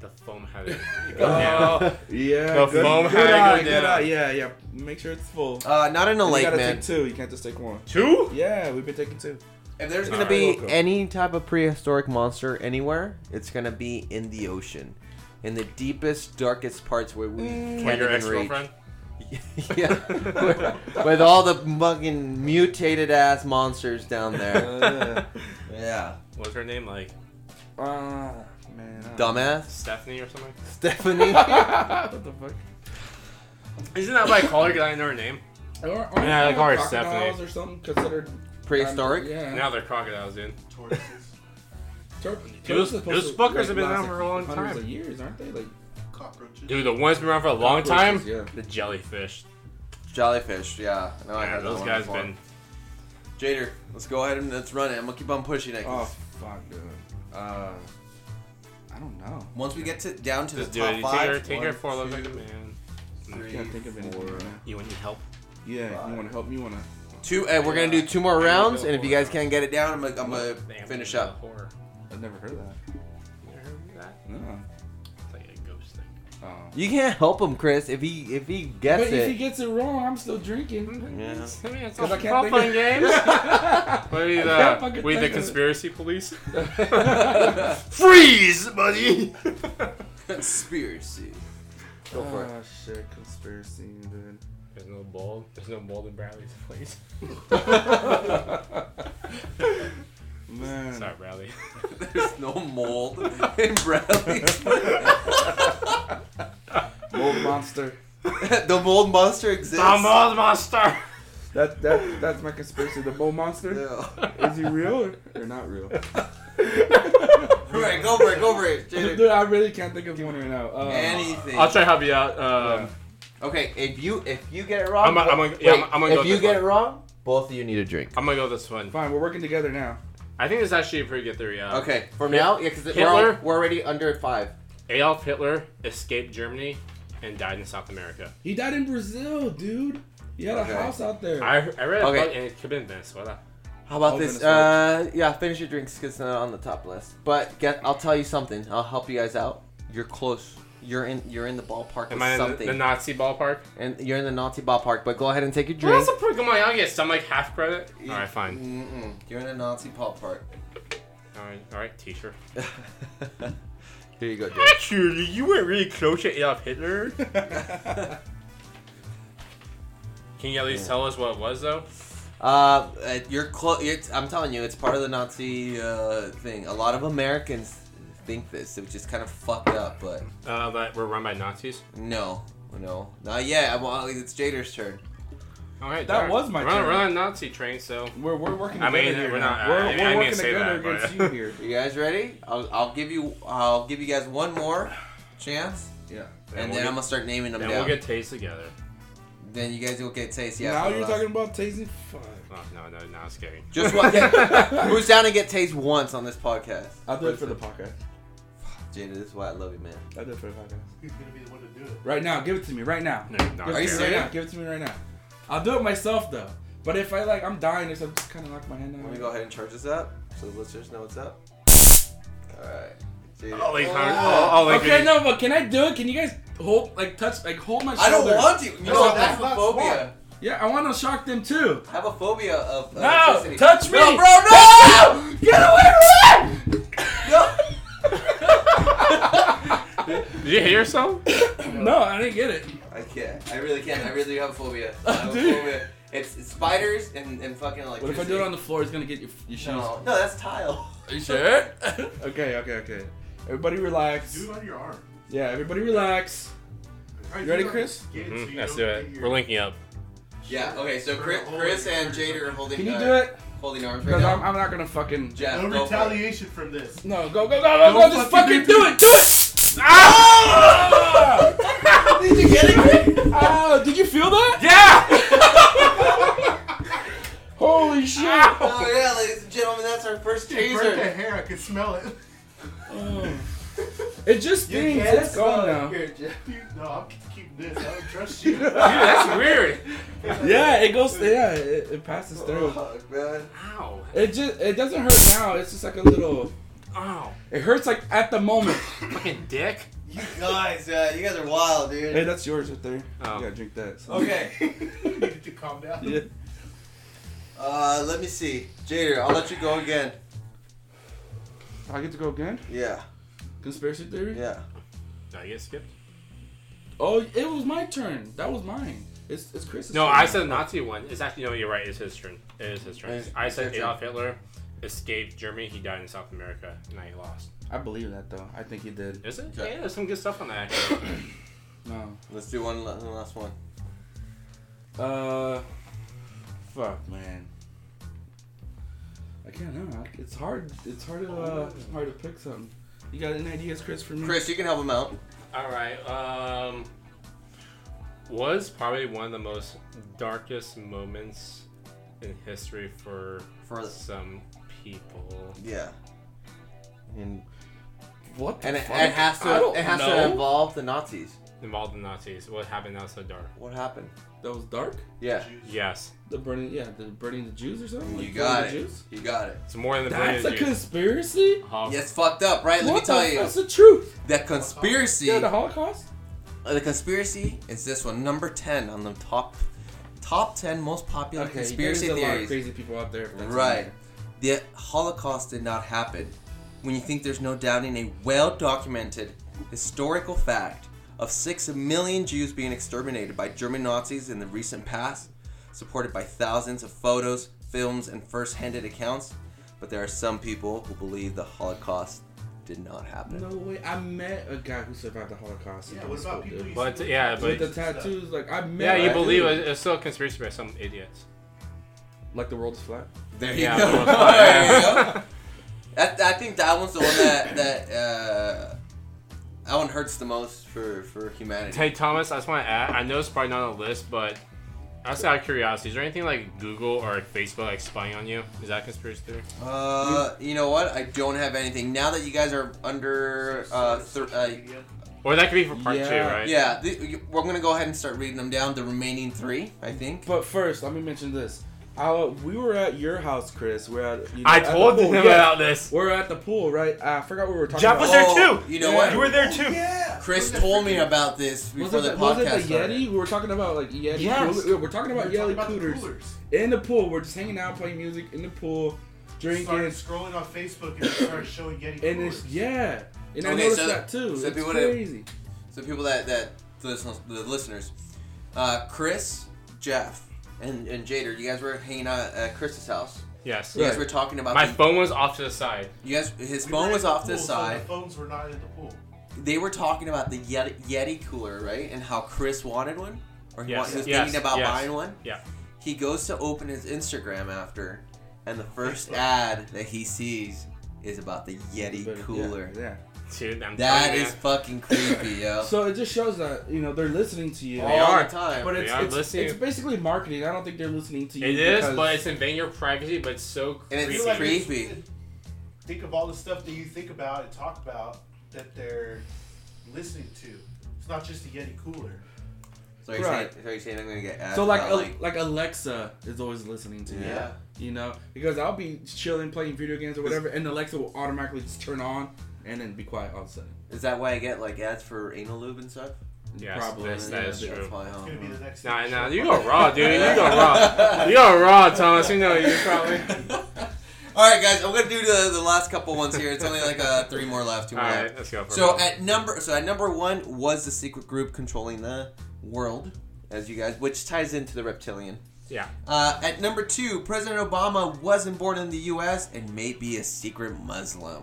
[SPEAKER 2] The foam had it.
[SPEAKER 1] Oh.
[SPEAKER 2] Yeah.
[SPEAKER 1] Yeah.
[SPEAKER 2] The
[SPEAKER 1] good,
[SPEAKER 2] foam
[SPEAKER 1] good
[SPEAKER 2] had to go
[SPEAKER 1] eye, good
[SPEAKER 2] down.
[SPEAKER 1] eye. Yeah, yeah. Make sure it's full.
[SPEAKER 4] Uh, not in a
[SPEAKER 1] And you
[SPEAKER 4] lake,
[SPEAKER 1] gotta
[SPEAKER 4] man.
[SPEAKER 1] take two. You can't just take one.
[SPEAKER 2] Two?
[SPEAKER 1] Yeah, we've been taking two.
[SPEAKER 4] If there's
[SPEAKER 2] All
[SPEAKER 4] gonna
[SPEAKER 2] right,
[SPEAKER 4] be
[SPEAKER 1] welcome.
[SPEAKER 4] any type of prehistoric monster anywhere, it's gonna be in the ocean, in the deepest, darkest parts where we
[SPEAKER 2] Mm. Like
[SPEAKER 4] can't
[SPEAKER 2] your
[SPEAKER 4] even
[SPEAKER 2] ex
[SPEAKER 4] reach.
[SPEAKER 2] girlfriend?
[SPEAKER 4] yeah, with- with all the fucking mutated ass monsters down there.
[SPEAKER 1] Uh,
[SPEAKER 4] Yeah,
[SPEAKER 2] What's her name? Like
[SPEAKER 1] ah, man. I don't-
[SPEAKER 4] dumbass
[SPEAKER 2] Stephanie or something?
[SPEAKER 4] Stephanie.
[SPEAKER 1] what the fuck?
[SPEAKER 2] Isn't that why I call her? Because I know her name.
[SPEAKER 1] Or, or
[SPEAKER 2] Yeah, like ours,
[SPEAKER 1] crocodiles
[SPEAKER 2] definitely.
[SPEAKER 1] or something considered
[SPEAKER 4] Prehistoric.
[SPEAKER 1] Um, yeah.
[SPEAKER 2] Now they're crocodiles, dude.
[SPEAKER 8] Tortoises.
[SPEAKER 1] Tur-
[SPEAKER 2] Those-
[SPEAKER 1] turtles are supposed
[SPEAKER 2] those
[SPEAKER 1] to,
[SPEAKER 2] fuckers have been
[SPEAKER 1] last,
[SPEAKER 2] around for a long
[SPEAKER 1] hundreds
[SPEAKER 2] time.
[SPEAKER 1] of years, aren't they? Like
[SPEAKER 8] cockroaches.
[SPEAKER 2] Dude, the one's been around for a long time.
[SPEAKER 1] Cockroaches, yeah.
[SPEAKER 2] The jellyfish.
[SPEAKER 4] Jellyfish. Yeah, no, Oh, I
[SPEAKER 2] Yeah,
[SPEAKER 4] heard that
[SPEAKER 2] those
[SPEAKER 4] one
[SPEAKER 2] guys
[SPEAKER 4] before.
[SPEAKER 2] been.
[SPEAKER 4] Jader, let's go ahead and let's run it. I'm gonna keep on pushing it. 'cause
[SPEAKER 1] oh fuck, dude. Uh, I don't know.
[SPEAKER 4] Once we get to down to
[SPEAKER 2] Just
[SPEAKER 4] the
[SPEAKER 2] do it.
[SPEAKER 4] top
[SPEAKER 2] You Take
[SPEAKER 4] five,
[SPEAKER 2] her, take her
[SPEAKER 4] one,
[SPEAKER 2] for a look like a
[SPEAKER 4] two,
[SPEAKER 2] man.
[SPEAKER 1] I can't think of
[SPEAKER 4] three,
[SPEAKER 1] anything.
[SPEAKER 4] four.
[SPEAKER 1] right now.
[SPEAKER 2] You want any help?
[SPEAKER 1] Yeah, you want to help me? You want to?
[SPEAKER 4] Two, and we're gonna do two more rounds, and if you guys can't get it down, I'm gonna, I'm gonna
[SPEAKER 2] Damn,
[SPEAKER 4] finish
[SPEAKER 2] the
[SPEAKER 4] up.
[SPEAKER 2] Horror.
[SPEAKER 1] I've never heard of that.
[SPEAKER 2] You ever heard of that?
[SPEAKER 1] No.
[SPEAKER 2] It's like a ghost thing.
[SPEAKER 1] Oh.
[SPEAKER 4] You can't help him, Chris. If he if he
[SPEAKER 1] But
[SPEAKER 4] gets
[SPEAKER 1] if he
[SPEAKER 4] it,
[SPEAKER 1] gets it wrong, I'm still drinking.
[SPEAKER 4] yeah.
[SPEAKER 2] I mean, it's all
[SPEAKER 1] Because I
[SPEAKER 2] fun
[SPEAKER 1] can't think.
[SPEAKER 2] games. What are you,
[SPEAKER 1] I can't
[SPEAKER 2] the,
[SPEAKER 1] fucking
[SPEAKER 2] we the
[SPEAKER 1] think of it.
[SPEAKER 2] conspiracy police?
[SPEAKER 1] Of...
[SPEAKER 2] Freeze, buddy!
[SPEAKER 4] conspiracy. Go for it.
[SPEAKER 1] oh shit, conspiracy, dude.
[SPEAKER 2] There's no bald. There's no bald in Bradley's place.
[SPEAKER 1] Man.
[SPEAKER 2] Sorry, Bradley.
[SPEAKER 4] There's no mold in Bradley's.
[SPEAKER 1] Old monster.
[SPEAKER 4] the mold monster exists.
[SPEAKER 2] bald monster.
[SPEAKER 1] That that that's my conspiracy. The bull monster.
[SPEAKER 4] Yeah.
[SPEAKER 1] Is he real or, or not real?
[SPEAKER 4] All right, go for it. Go for it. Jader.
[SPEAKER 1] Dude, I really can't think of one right now. Uh,
[SPEAKER 4] Anything.
[SPEAKER 2] I'll try to help you out. Um,
[SPEAKER 4] Okay, if you if you get it wrong,
[SPEAKER 2] I'm, I'm, gonna, yeah, I'm, I'm gonna go
[SPEAKER 4] if
[SPEAKER 2] with
[SPEAKER 4] you
[SPEAKER 2] this
[SPEAKER 4] get
[SPEAKER 2] one.
[SPEAKER 4] it wrong, both of you need a drink.
[SPEAKER 2] I'm gonna go with this one.
[SPEAKER 1] Fine, we're working together now.
[SPEAKER 2] I think it's actually a pretty good theory. Uh,
[SPEAKER 4] Okay, from now, yeah, because we're,
[SPEAKER 2] Hitler?
[SPEAKER 4] al- we're already under five.
[SPEAKER 2] Adolf Hitler escaped Germany and died in South America.
[SPEAKER 1] He died in Brazil, dude. He had
[SPEAKER 4] Okay.
[SPEAKER 1] a house out there.
[SPEAKER 2] I, I read
[SPEAKER 4] Okay.
[SPEAKER 2] a book and it could have been Venezuela.
[SPEAKER 4] How about
[SPEAKER 1] Oh,
[SPEAKER 4] this? Uh,
[SPEAKER 1] Venezuela.
[SPEAKER 4] yeah, finish your drinks because it's not on the top list. But get, I'll tell you something. I'll help you guys out. You're close. You're in. You're in the ballpark
[SPEAKER 2] Am
[SPEAKER 4] with
[SPEAKER 2] I in the,
[SPEAKER 4] something,
[SPEAKER 2] the Nazi ballpark?
[SPEAKER 4] and you're in the Nazi ballpark. But go ahead and take your
[SPEAKER 2] Well,
[SPEAKER 4] drink.
[SPEAKER 2] that's a pretty good one. I'll get some like half credit. All right, fine.
[SPEAKER 4] Mm-mm. You're in the Nazi ballpark.
[SPEAKER 2] All right, all right, teacher.
[SPEAKER 4] Here you go, Jay.
[SPEAKER 2] Actually, you weren't really close to Adolf Hitler. Can you at least tell us what it was though?
[SPEAKER 4] Uh, uh, you're close. I'm telling you, it's part of the Nazi uh, thing. A lot of Americans think this, which is kind of fucked up. But
[SPEAKER 2] Uh, that we're run by Nazis.
[SPEAKER 4] no, no, not yet. I want. It's Jader's turn.
[SPEAKER 2] All right,
[SPEAKER 1] That
[SPEAKER 2] darn.
[SPEAKER 1] was my
[SPEAKER 2] we're, on-
[SPEAKER 1] turn.
[SPEAKER 2] We're on a Nazi train, so
[SPEAKER 1] we're, we're working
[SPEAKER 2] I
[SPEAKER 1] together.
[SPEAKER 2] mean,
[SPEAKER 1] here
[SPEAKER 2] we're
[SPEAKER 1] now.
[SPEAKER 2] not-
[SPEAKER 1] We're,
[SPEAKER 2] I- I
[SPEAKER 1] we're
[SPEAKER 2] mean, I
[SPEAKER 1] working
[SPEAKER 2] say
[SPEAKER 1] together
[SPEAKER 2] that, but-
[SPEAKER 1] against you here.
[SPEAKER 4] You guys ready? I'll, I'll give you. I'll give you guys one more, chance,
[SPEAKER 1] Yeah.
[SPEAKER 4] and
[SPEAKER 2] we'll
[SPEAKER 4] then
[SPEAKER 2] get-
[SPEAKER 4] I'm gonna start naming them
[SPEAKER 2] then
[SPEAKER 4] down.
[SPEAKER 2] we'll get taste together.
[SPEAKER 4] then you guys will get taste. Yeah.
[SPEAKER 1] now
[SPEAKER 4] for the
[SPEAKER 1] you're
[SPEAKER 4] last-
[SPEAKER 1] talking about tasting. Fuck.
[SPEAKER 2] Oh, no, no, no, it's scary.
[SPEAKER 4] Just one. Who's down to get taste once on this podcast?
[SPEAKER 1] I'll do it for the podcast.
[SPEAKER 4] Jada, this is why I love you, man.
[SPEAKER 1] I'll do it for the podcast.
[SPEAKER 8] He's gonna be the one to do it.
[SPEAKER 1] Right now, give it to me. Right now.
[SPEAKER 2] No, no,
[SPEAKER 1] Give it
[SPEAKER 2] it's
[SPEAKER 4] you
[SPEAKER 1] to me
[SPEAKER 2] scary.
[SPEAKER 1] right
[SPEAKER 4] serious?
[SPEAKER 1] now. Give it to me right now. I'll do it myself though. But if I like, I'm dying or something, just kind of knock my hand
[SPEAKER 4] I'm gonna
[SPEAKER 1] out.
[SPEAKER 4] go ahead and charge this up so the listeners know what's up. Alright. Jada.
[SPEAKER 2] Oh, like, oh, oh, like,
[SPEAKER 1] okay, no, but can I do it? Can you guys hold, like, touch, like, hold my shoulder?
[SPEAKER 4] I don't want to. You
[SPEAKER 8] No,
[SPEAKER 4] know, I
[SPEAKER 8] that's
[SPEAKER 4] have a
[SPEAKER 8] not
[SPEAKER 4] phobia.
[SPEAKER 8] smart.
[SPEAKER 1] Yeah, I want to shock them too.
[SPEAKER 4] I have a phobia of
[SPEAKER 1] No,
[SPEAKER 4] Uh, electricity.
[SPEAKER 1] touch me.
[SPEAKER 4] No, bro, no!
[SPEAKER 1] Get away from me!
[SPEAKER 4] No!
[SPEAKER 2] Did you hit yourself?
[SPEAKER 1] No, I didn't get it.
[SPEAKER 4] I can't. I really can't. I really have a phobia. I have a
[SPEAKER 1] Dude.
[SPEAKER 4] phobia. It's, it's spiders and, and fucking
[SPEAKER 1] What
[SPEAKER 4] electricity.
[SPEAKER 1] if I do it on the floor? It's gonna get your, your shoes.
[SPEAKER 4] No, no, that's tile.
[SPEAKER 1] Are you sure? okay, okay, okay. Everybody relax.
[SPEAKER 8] Do it on your arm.
[SPEAKER 1] Yeah, everybody relax.
[SPEAKER 8] Alright,
[SPEAKER 1] You ready,
[SPEAKER 8] do it on
[SPEAKER 1] Chris?
[SPEAKER 8] your skin so
[SPEAKER 2] Mhm,
[SPEAKER 8] you
[SPEAKER 2] Let's
[SPEAKER 8] don't
[SPEAKER 2] do
[SPEAKER 8] get
[SPEAKER 2] it.
[SPEAKER 8] your-
[SPEAKER 2] We're linking up.
[SPEAKER 4] Yeah, okay, so
[SPEAKER 8] Burn a
[SPEAKER 4] Chris,
[SPEAKER 8] hole in
[SPEAKER 4] Chris
[SPEAKER 8] your
[SPEAKER 4] and
[SPEAKER 8] shirt.
[SPEAKER 4] Jada are holding
[SPEAKER 1] Can you
[SPEAKER 4] uh,
[SPEAKER 1] do it?
[SPEAKER 4] holding arms right
[SPEAKER 1] Because
[SPEAKER 4] now.
[SPEAKER 1] I'm, I'm not gonna fucking.
[SPEAKER 4] Jeff,
[SPEAKER 8] No
[SPEAKER 4] go for it.
[SPEAKER 8] retaliation from this.
[SPEAKER 1] No, go, go, go, go, go!
[SPEAKER 8] Don't
[SPEAKER 1] Just fucking
[SPEAKER 8] fucking
[SPEAKER 1] do it, do it! Ah!
[SPEAKER 4] Did you get it?
[SPEAKER 1] Ow, Oh, did you feel that?
[SPEAKER 2] Yeah!
[SPEAKER 1] Holy shit!
[SPEAKER 4] oh yeah, ladies and gentlemen, that's our first
[SPEAKER 8] It burnt the
[SPEAKER 4] taser.
[SPEAKER 8] hair. I can smell it.
[SPEAKER 1] Oh. It just stings. It's gone now.
[SPEAKER 4] Here, Jeff.
[SPEAKER 8] Dude, no, I'm keeping this. I don't trust you.
[SPEAKER 2] Dude, that's weird.
[SPEAKER 1] Yeah, it goes. Yeah, it, it passes through.
[SPEAKER 4] Fuck, man.
[SPEAKER 2] Ow.
[SPEAKER 1] It just. It doesn't hurt now. It's just like a little.
[SPEAKER 2] Ow.
[SPEAKER 1] It hurts like at the moment.
[SPEAKER 2] Fucking dick.
[SPEAKER 4] You guys, uh, you guys are wild, dude.
[SPEAKER 1] Hey, that's yours right there.
[SPEAKER 2] Oh.
[SPEAKER 1] You gotta drink that. so-
[SPEAKER 4] Okay.
[SPEAKER 8] you need to calm down.
[SPEAKER 1] Yeah.
[SPEAKER 4] Uh, let me see. Jader, I'll let you go again.
[SPEAKER 1] I get to go again.
[SPEAKER 4] Yeah.
[SPEAKER 1] Conspiracy theory.
[SPEAKER 4] Yeah.
[SPEAKER 2] Did I get skipped?
[SPEAKER 1] Oh, it was my turn. That was mine. It's it's Chris's.
[SPEAKER 2] No,
[SPEAKER 1] turn.
[SPEAKER 2] I said Nazi one. It's actually, no, you're right. It's his turn. It is his turn.
[SPEAKER 4] It's-
[SPEAKER 2] I
[SPEAKER 4] it's
[SPEAKER 2] said
[SPEAKER 4] your turn.
[SPEAKER 2] Adolf Hitler escaped Germany. He died in South America, and I lost.
[SPEAKER 1] I believe that though. I think he did.
[SPEAKER 2] Is it?
[SPEAKER 4] Okay.
[SPEAKER 2] Yeah, there's some good stuff on that. actually.
[SPEAKER 1] No.
[SPEAKER 4] Let's do one la- one last one.
[SPEAKER 1] Uh. Fuck, man. I can't know. I- It's hard. It's hard to uh, hard to pick something. You got any ideas, Chris? For me?
[SPEAKER 4] Chris, you can help him out.
[SPEAKER 2] All right. Um, was probably one of the most darkest moments in history for
[SPEAKER 4] For
[SPEAKER 2] some people.
[SPEAKER 4] yeah. And,
[SPEAKER 1] What? The
[SPEAKER 4] and it,
[SPEAKER 1] fuck?
[SPEAKER 4] it has
[SPEAKER 2] I
[SPEAKER 4] to
[SPEAKER 2] don't
[SPEAKER 4] it has
[SPEAKER 2] know.
[SPEAKER 4] to involve the Nazis.
[SPEAKER 2] Involved in Nazis. What happened that was so dark?
[SPEAKER 4] What happened?
[SPEAKER 1] That was dark.
[SPEAKER 4] Yeah.
[SPEAKER 2] Yes,
[SPEAKER 1] The burning. Yeah, the burning the Jews or something.
[SPEAKER 4] You
[SPEAKER 1] Like,
[SPEAKER 4] got
[SPEAKER 1] burning the
[SPEAKER 4] it.
[SPEAKER 1] Jews?
[SPEAKER 4] You got it.
[SPEAKER 2] it's more than the
[SPEAKER 1] That's a
[SPEAKER 2] British Jews.
[SPEAKER 1] conspiracy.
[SPEAKER 2] Hol-
[SPEAKER 4] Yeah, it's fucked up, right? Let
[SPEAKER 1] Oh. what
[SPEAKER 4] me tell
[SPEAKER 1] the,
[SPEAKER 4] you.
[SPEAKER 1] That's the truth.
[SPEAKER 4] The conspiracy.
[SPEAKER 1] Yeah, the Holocaust.
[SPEAKER 4] Uh, the conspiracy is this one, number ten on the top top ten most popular
[SPEAKER 1] Okay,
[SPEAKER 4] conspiracy
[SPEAKER 1] there's a lot of
[SPEAKER 4] theories.
[SPEAKER 1] crazy people out there. if that's on
[SPEAKER 4] Right.
[SPEAKER 1] there.
[SPEAKER 4] The Holocaust did not happen. When you think there's no doubting a well documented historical fact of six million Jews being exterminated by German Nazis in the recent past, supported by thousands of photos, films, and first handed accounts, but there are some people who believe the Holocaust did not happen.
[SPEAKER 1] No way. I met a guy who survived the Holocaust.
[SPEAKER 8] Yeah, what about people you
[SPEAKER 2] But
[SPEAKER 8] see?
[SPEAKER 2] yeah,
[SPEAKER 1] With the
[SPEAKER 2] but
[SPEAKER 1] tattoos, like I met.
[SPEAKER 2] yeah, you
[SPEAKER 1] a
[SPEAKER 2] believe
[SPEAKER 1] dude.
[SPEAKER 2] it, it's still a conspiracy by some idiots.
[SPEAKER 1] Like the world is flat.
[SPEAKER 4] There you
[SPEAKER 2] Yeah,
[SPEAKER 4] go.
[SPEAKER 2] well,
[SPEAKER 4] there you
[SPEAKER 2] yeah.
[SPEAKER 4] go. That, I think that one's the one that that uh, that one hurts the most for for humanity.
[SPEAKER 2] Hey Thomas, I just want to add. I know it's probably not on the list, but just out of curiosity, is there anything like Google or like, Facebook like spying on you? Is that a conspiracy theory?
[SPEAKER 4] Uh, you know what? I don't have anything now that you guys are under. Uh, thir- uh
[SPEAKER 2] Or that could be for part two,
[SPEAKER 1] Yeah.
[SPEAKER 2] right?
[SPEAKER 4] yeah, th- you- we're gonna go ahead and start reading them down. The remaining three, I think.
[SPEAKER 1] But first, let me mention this. I, we were at your house, Chris. We're at. You know,
[SPEAKER 2] I
[SPEAKER 1] at the
[SPEAKER 2] told
[SPEAKER 4] Oh,
[SPEAKER 1] pool.
[SPEAKER 2] him
[SPEAKER 1] Yeah.
[SPEAKER 2] about this.
[SPEAKER 1] We're at the pool, right? I forgot what we were talking
[SPEAKER 2] Jeff was
[SPEAKER 1] about.
[SPEAKER 2] there
[SPEAKER 4] Oh,
[SPEAKER 2] too.
[SPEAKER 4] You know
[SPEAKER 1] Yeah.
[SPEAKER 4] what?
[SPEAKER 2] You were there too.
[SPEAKER 8] Yeah.
[SPEAKER 4] Chris
[SPEAKER 8] Look at
[SPEAKER 4] told
[SPEAKER 8] that
[SPEAKER 4] me
[SPEAKER 8] freaking-
[SPEAKER 4] about this
[SPEAKER 1] Oh, was
[SPEAKER 4] before
[SPEAKER 1] it,
[SPEAKER 4] the
[SPEAKER 1] the, was
[SPEAKER 4] podcast
[SPEAKER 1] it the
[SPEAKER 4] started.
[SPEAKER 1] Yeti? We were talking about like Yeti.
[SPEAKER 2] Yes.
[SPEAKER 1] coolers. We were talking
[SPEAKER 8] We're
[SPEAKER 1] about
[SPEAKER 8] talking
[SPEAKER 1] Yeti
[SPEAKER 8] about the
[SPEAKER 1] coolers.
[SPEAKER 8] coolers.
[SPEAKER 1] in the pool. We're just hanging out, playing music in the pool, drinking,
[SPEAKER 8] Started scrolling on Facebook and it started showing Yeti
[SPEAKER 1] and
[SPEAKER 8] coolers.
[SPEAKER 1] it's yeah. And I
[SPEAKER 4] Okay,
[SPEAKER 1] noticed
[SPEAKER 4] so-
[SPEAKER 1] that too.
[SPEAKER 4] so
[SPEAKER 1] it's
[SPEAKER 4] people that-
[SPEAKER 1] crazy.
[SPEAKER 4] So people that that the listeners, the listeners uh, Chris, Jeff, and and Jader, you guys were hanging out at Chris's house.
[SPEAKER 2] Yes.
[SPEAKER 4] You guys
[SPEAKER 1] Right.
[SPEAKER 4] were talking about
[SPEAKER 2] My
[SPEAKER 4] the-
[SPEAKER 2] phone was off to the side.
[SPEAKER 4] You guys, his
[SPEAKER 8] We
[SPEAKER 4] phone
[SPEAKER 8] were
[SPEAKER 4] was
[SPEAKER 8] in the
[SPEAKER 4] off to the
[SPEAKER 8] pool, so
[SPEAKER 4] side.
[SPEAKER 8] The phones were not in the pool.
[SPEAKER 4] They were talking about the Yeti, Yeti cooler, right? And how Chris wanted one, or he,
[SPEAKER 2] Yes,
[SPEAKER 4] wa- he was
[SPEAKER 2] yes,
[SPEAKER 4] thinking about
[SPEAKER 2] yes.
[SPEAKER 4] buying one.
[SPEAKER 2] Yeah.
[SPEAKER 4] He goes to open his Instagram after, and the first ad that he sees is about the Yeti
[SPEAKER 1] But, yeah,
[SPEAKER 4] cooler.
[SPEAKER 1] Yeah.
[SPEAKER 2] Dude, I'm
[SPEAKER 4] That
[SPEAKER 2] telling you,
[SPEAKER 4] is fucking creepy, yo.
[SPEAKER 1] So it just shows that you know they're listening to you.
[SPEAKER 4] All
[SPEAKER 2] They are.
[SPEAKER 4] the time.
[SPEAKER 1] But
[SPEAKER 2] They
[SPEAKER 1] it's
[SPEAKER 2] are
[SPEAKER 1] it's,
[SPEAKER 2] listening.
[SPEAKER 1] it's basically marketing. I don't think they're listening to you.
[SPEAKER 2] man. It is,
[SPEAKER 1] because-
[SPEAKER 2] but it's invading your privacy, but it's so
[SPEAKER 4] And
[SPEAKER 2] creepy.
[SPEAKER 4] it's
[SPEAKER 8] You're like-
[SPEAKER 4] creepy.
[SPEAKER 8] Think of all the stuff that you think about and talk about that they're listening to. It's not just a Yeti cooler.
[SPEAKER 4] so, you're
[SPEAKER 1] Right.
[SPEAKER 4] saying, so you're saying I'm gonna get ads
[SPEAKER 1] so like
[SPEAKER 4] about,
[SPEAKER 2] uh,
[SPEAKER 1] Al- like, Alexa is always listening to you.
[SPEAKER 4] Yeah.
[SPEAKER 1] You know because I'll be chilling playing video games or whatever, and Alexa will automatically just turn on and then be quiet all of a sudden.
[SPEAKER 4] is that why I get like ads for anal lube and stuff?
[SPEAKER 2] Yes,
[SPEAKER 1] Probably.
[SPEAKER 2] that's- that is
[SPEAKER 1] Yeah.
[SPEAKER 2] true.
[SPEAKER 4] That's why,
[SPEAKER 8] It's
[SPEAKER 4] huh?
[SPEAKER 8] gonna be the next.
[SPEAKER 2] Nah,
[SPEAKER 8] thing
[SPEAKER 2] nah,
[SPEAKER 8] show
[SPEAKER 2] you
[SPEAKER 8] up.
[SPEAKER 2] go raw, dude. You go raw. You go raw, Thomas. You know you probably.
[SPEAKER 4] All right, guys, I'm gonna do the, the last couple ones here. It's only like uh, three more left. Two
[SPEAKER 2] All
[SPEAKER 4] more left.
[SPEAKER 2] right, let's go. For
[SPEAKER 4] So
[SPEAKER 2] it.
[SPEAKER 4] at number so at number one was the secret group controlling the world, as you guys, which ties into the reptilian.
[SPEAKER 2] Yeah.
[SPEAKER 4] Uh, at number two, President Obama wasn't born in the U.S. and may be a secret Muslim.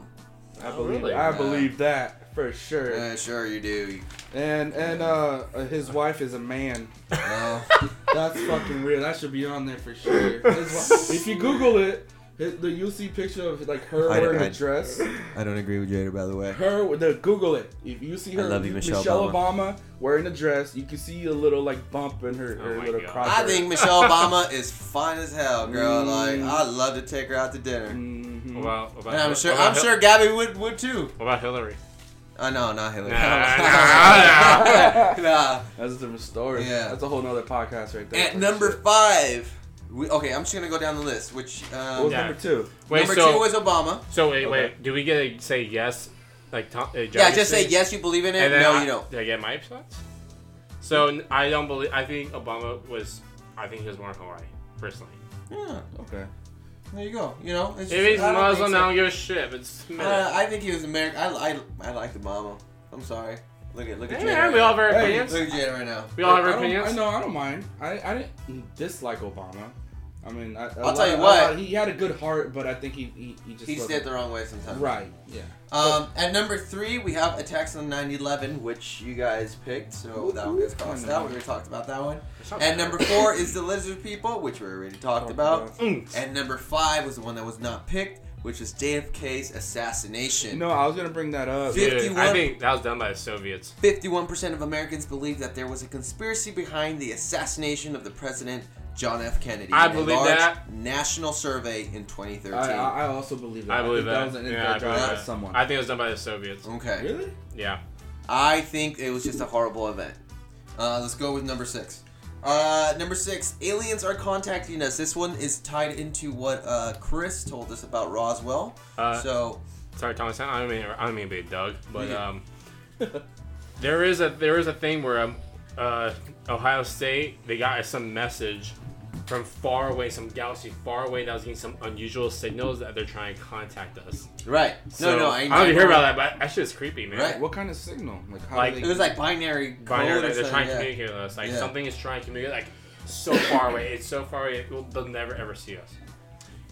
[SPEAKER 1] I
[SPEAKER 2] Oh,
[SPEAKER 1] believe
[SPEAKER 2] really?
[SPEAKER 1] I
[SPEAKER 4] Yeah.
[SPEAKER 1] believe that for sure.
[SPEAKER 4] Uh, sure, you do.
[SPEAKER 1] and and uh his wife is a man.
[SPEAKER 4] Oh,
[SPEAKER 1] That's fucking weird. That should be on there for sure. His wife- if you Google it, it the you see picture of like her
[SPEAKER 4] I-
[SPEAKER 1] wearing
[SPEAKER 4] I-
[SPEAKER 1] a dress.
[SPEAKER 4] I don't agree with Jada, by the way.
[SPEAKER 1] Her the Google it. If you see
[SPEAKER 4] I
[SPEAKER 1] her
[SPEAKER 4] love you, Michelle
[SPEAKER 1] Obama. wearing a dress, you can see a little like bump in her,
[SPEAKER 2] Oh
[SPEAKER 1] her
[SPEAKER 2] my
[SPEAKER 1] little
[SPEAKER 2] God.
[SPEAKER 1] crotch.
[SPEAKER 4] I think Michelle Obama is fine as hell, girl. Like
[SPEAKER 2] Mm.
[SPEAKER 4] I'd love to take her out to dinner,
[SPEAKER 1] Mhm.
[SPEAKER 2] Well, what about,
[SPEAKER 4] and I'm
[SPEAKER 2] what
[SPEAKER 4] sure
[SPEAKER 2] about
[SPEAKER 4] I'm
[SPEAKER 2] Hil-
[SPEAKER 4] sure Gabby would would too.
[SPEAKER 2] What about Hillary?
[SPEAKER 4] Oh no, not Hillary.
[SPEAKER 2] Nah, nah,
[SPEAKER 4] Nah.
[SPEAKER 1] That's a different story.
[SPEAKER 4] Yeah.
[SPEAKER 1] That's a whole nother podcast right there.
[SPEAKER 4] At number five, we, okay, I'm just gonna go down the list. Which
[SPEAKER 1] What was
[SPEAKER 4] um,
[SPEAKER 2] Yeah.
[SPEAKER 1] number two?
[SPEAKER 2] Wait,
[SPEAKER 4] number
[SPEAKER 2] so
[SPEAKER 4] two was Obama.
[SPEAKER 2] so wait,
[SPEAKER 1] Okay.
[SPEAKER 2] wait. Do we get to say yes? Like Tom, uh,
[SPEAKER 4] Yeah, just say yes, you believe in it.
[SPEAKER 2] And then
[SPEAKER 4] No,
[SPEAKER 2] I,
[SPEAKER 4] you don't.
[SPEAKER 2] Did I get my shots? So n- I don't believe. I think Obama was. I think he was born in Hawaii. Personally,
[SPEAKER 4] Yeah,
[SPEAKER 1] Okay.
[SPEAKER 4] there you go. You know, it's
[SPEAKER 2] if he's
[SPEAKER 4] I don't
[SPEAKER 2] Muslim,
[SPEAKER 4] think
[SPEAKER 2] I
[SPEAKER 4] so.
[SPEAKER 2] don't give a shit. But it's
[SPEAKER 4] Uh, I think he was American. I, I, I like Obama. I'm sorry. Look at look at
[SPEAKER 2] yeah,
[SPEAKER 4] Jada.
[SPEAKER 2] yeah,
[SPEAKER 4] right
[SPEAKER 2] we all have
[SPEAKER 4] now.
[SPEAKER 2] our
[SPEAKER 1] Hey,
[SPEAKER 2] opinions.
[SPEAKER 4] Look at Jada right now.
[SPEAKER 2] we all have
[SPEAKER 1] I
[SPEAKER 2] our
[SPEAKER 1] don't- I
[SPEAKER 2] opinions.
[SPEAKER 1] know. I don't mind. I, I didn't dislike Obama. I mean, I, a
[SPEAKER 4] I'll
[SPEAKER 1] lot-
[SPEAKER 4] tell you
[SPEAKER 1] a
[SPEAKER 4] what.
[SPEAKER 1] lot- he had a good heart, but I think he he, he just
[SPEAKER 4] He
[SPEAKER 1] wasn't-
[SPEAKER 4] said the wrong way sometimes.
[SPEAKER 1] right. Yeah.
[SPEAKER 4] Um, at number three, we have Attacks on 9/11, which you guys picked, so that one gets crossed out. We already talked about that one. And number four is the Lizard People, which we already talked about.
[SPEAKER 2] Mm.
[SPEAKER 4] And number five was the one that was not picked, which was JFK's
[SPEAKER 1] You
[SPEAKER 4] assassination.
[SPEAKER 1] know, I was gonna bring that up.
[SPEAKER 4] Yeah.
[SPEAKER 2] Dude,
[SPEAKER 4] 51
[SPEAKER 2] I think that was done by the Soviets.
[SPEAKER 4] 51% of Americans believe that there was a conspiracy behind the assassination of the president John F. Kennedy.
[SPEAKER 2] I
[SPEAKER 4] in a
[SPEAKER 2] believe
[SPEAKER 4] large
[SPEAKER 2] that.
[SPEAKER 4] National survey in 2013.
[SPEAKER 1] I, I, I also believe that.
[SPEAKER 2] I believe
[SPEAKER 1] think
[SPEAKER 2] that.
[SPEAKER 1] was an
[SPEAKER 2] Yeah, I
[SPEAKER 1] inside job
[SPEAKER 2] believe
[SPEAKER 1] by
[SPEAKER 2] that.
[SPEAKER 1] someone.
[SPEAKER 2] I think it was done by the Soviets.
[SPEAKER 4] okay.
[SPEAKER 1] really?
[SPEAKER 2] Yeah.
[SPEAKER 4] I think it was just a horrible event. Uh, let's go with number six. Uh, number six, aliens are contacting us. This one is tied into what uh, Chris told us about Roswell.
[SPEAKER 2] Uh,
[SPEAKER 4] so
[SPEAKER 2] sorry, Thomas. I don't mean I don't mean to be a Doug, but
[SPEAKER 4] Yeah.
[SPEAKER 2] um, there is a there is a thing where um, uh, Ohio State they got some message from far away, some galaxy far away that was getting some unusual signals that they're trying to contact us.
[SPEAKER 4] right,
[SPEAKER 2] So,
[SPEAKER 4] no, no, I,
[SPEAKER 2] don't even hear about that, but that shit is creepy, man.
[SPEAKER 4] Right.
[SPEAKER 1] What kind of signal? Like how?
[SPEAKER 2] Like-
[SPEAKER 1] do
[SPEAKER 4] It
[SPEAKER 1] they,
[SPEAKER 4] was like binary. Code
[SPEAKER 2] Binary,
[SPEAKER 4] or
[SPEAKER 2] like, they're
[SPEAKER 4] something,
[SPEAKER 2] trying to
[SPEAKER 4] yeah.
[SPEAKER 2] communicate with us. Like
[SPEAKER 4] Yeah.
[SPEAKER 2] something is trying to communicate, like so far away. It's so far away. it will- They'll never ever see us.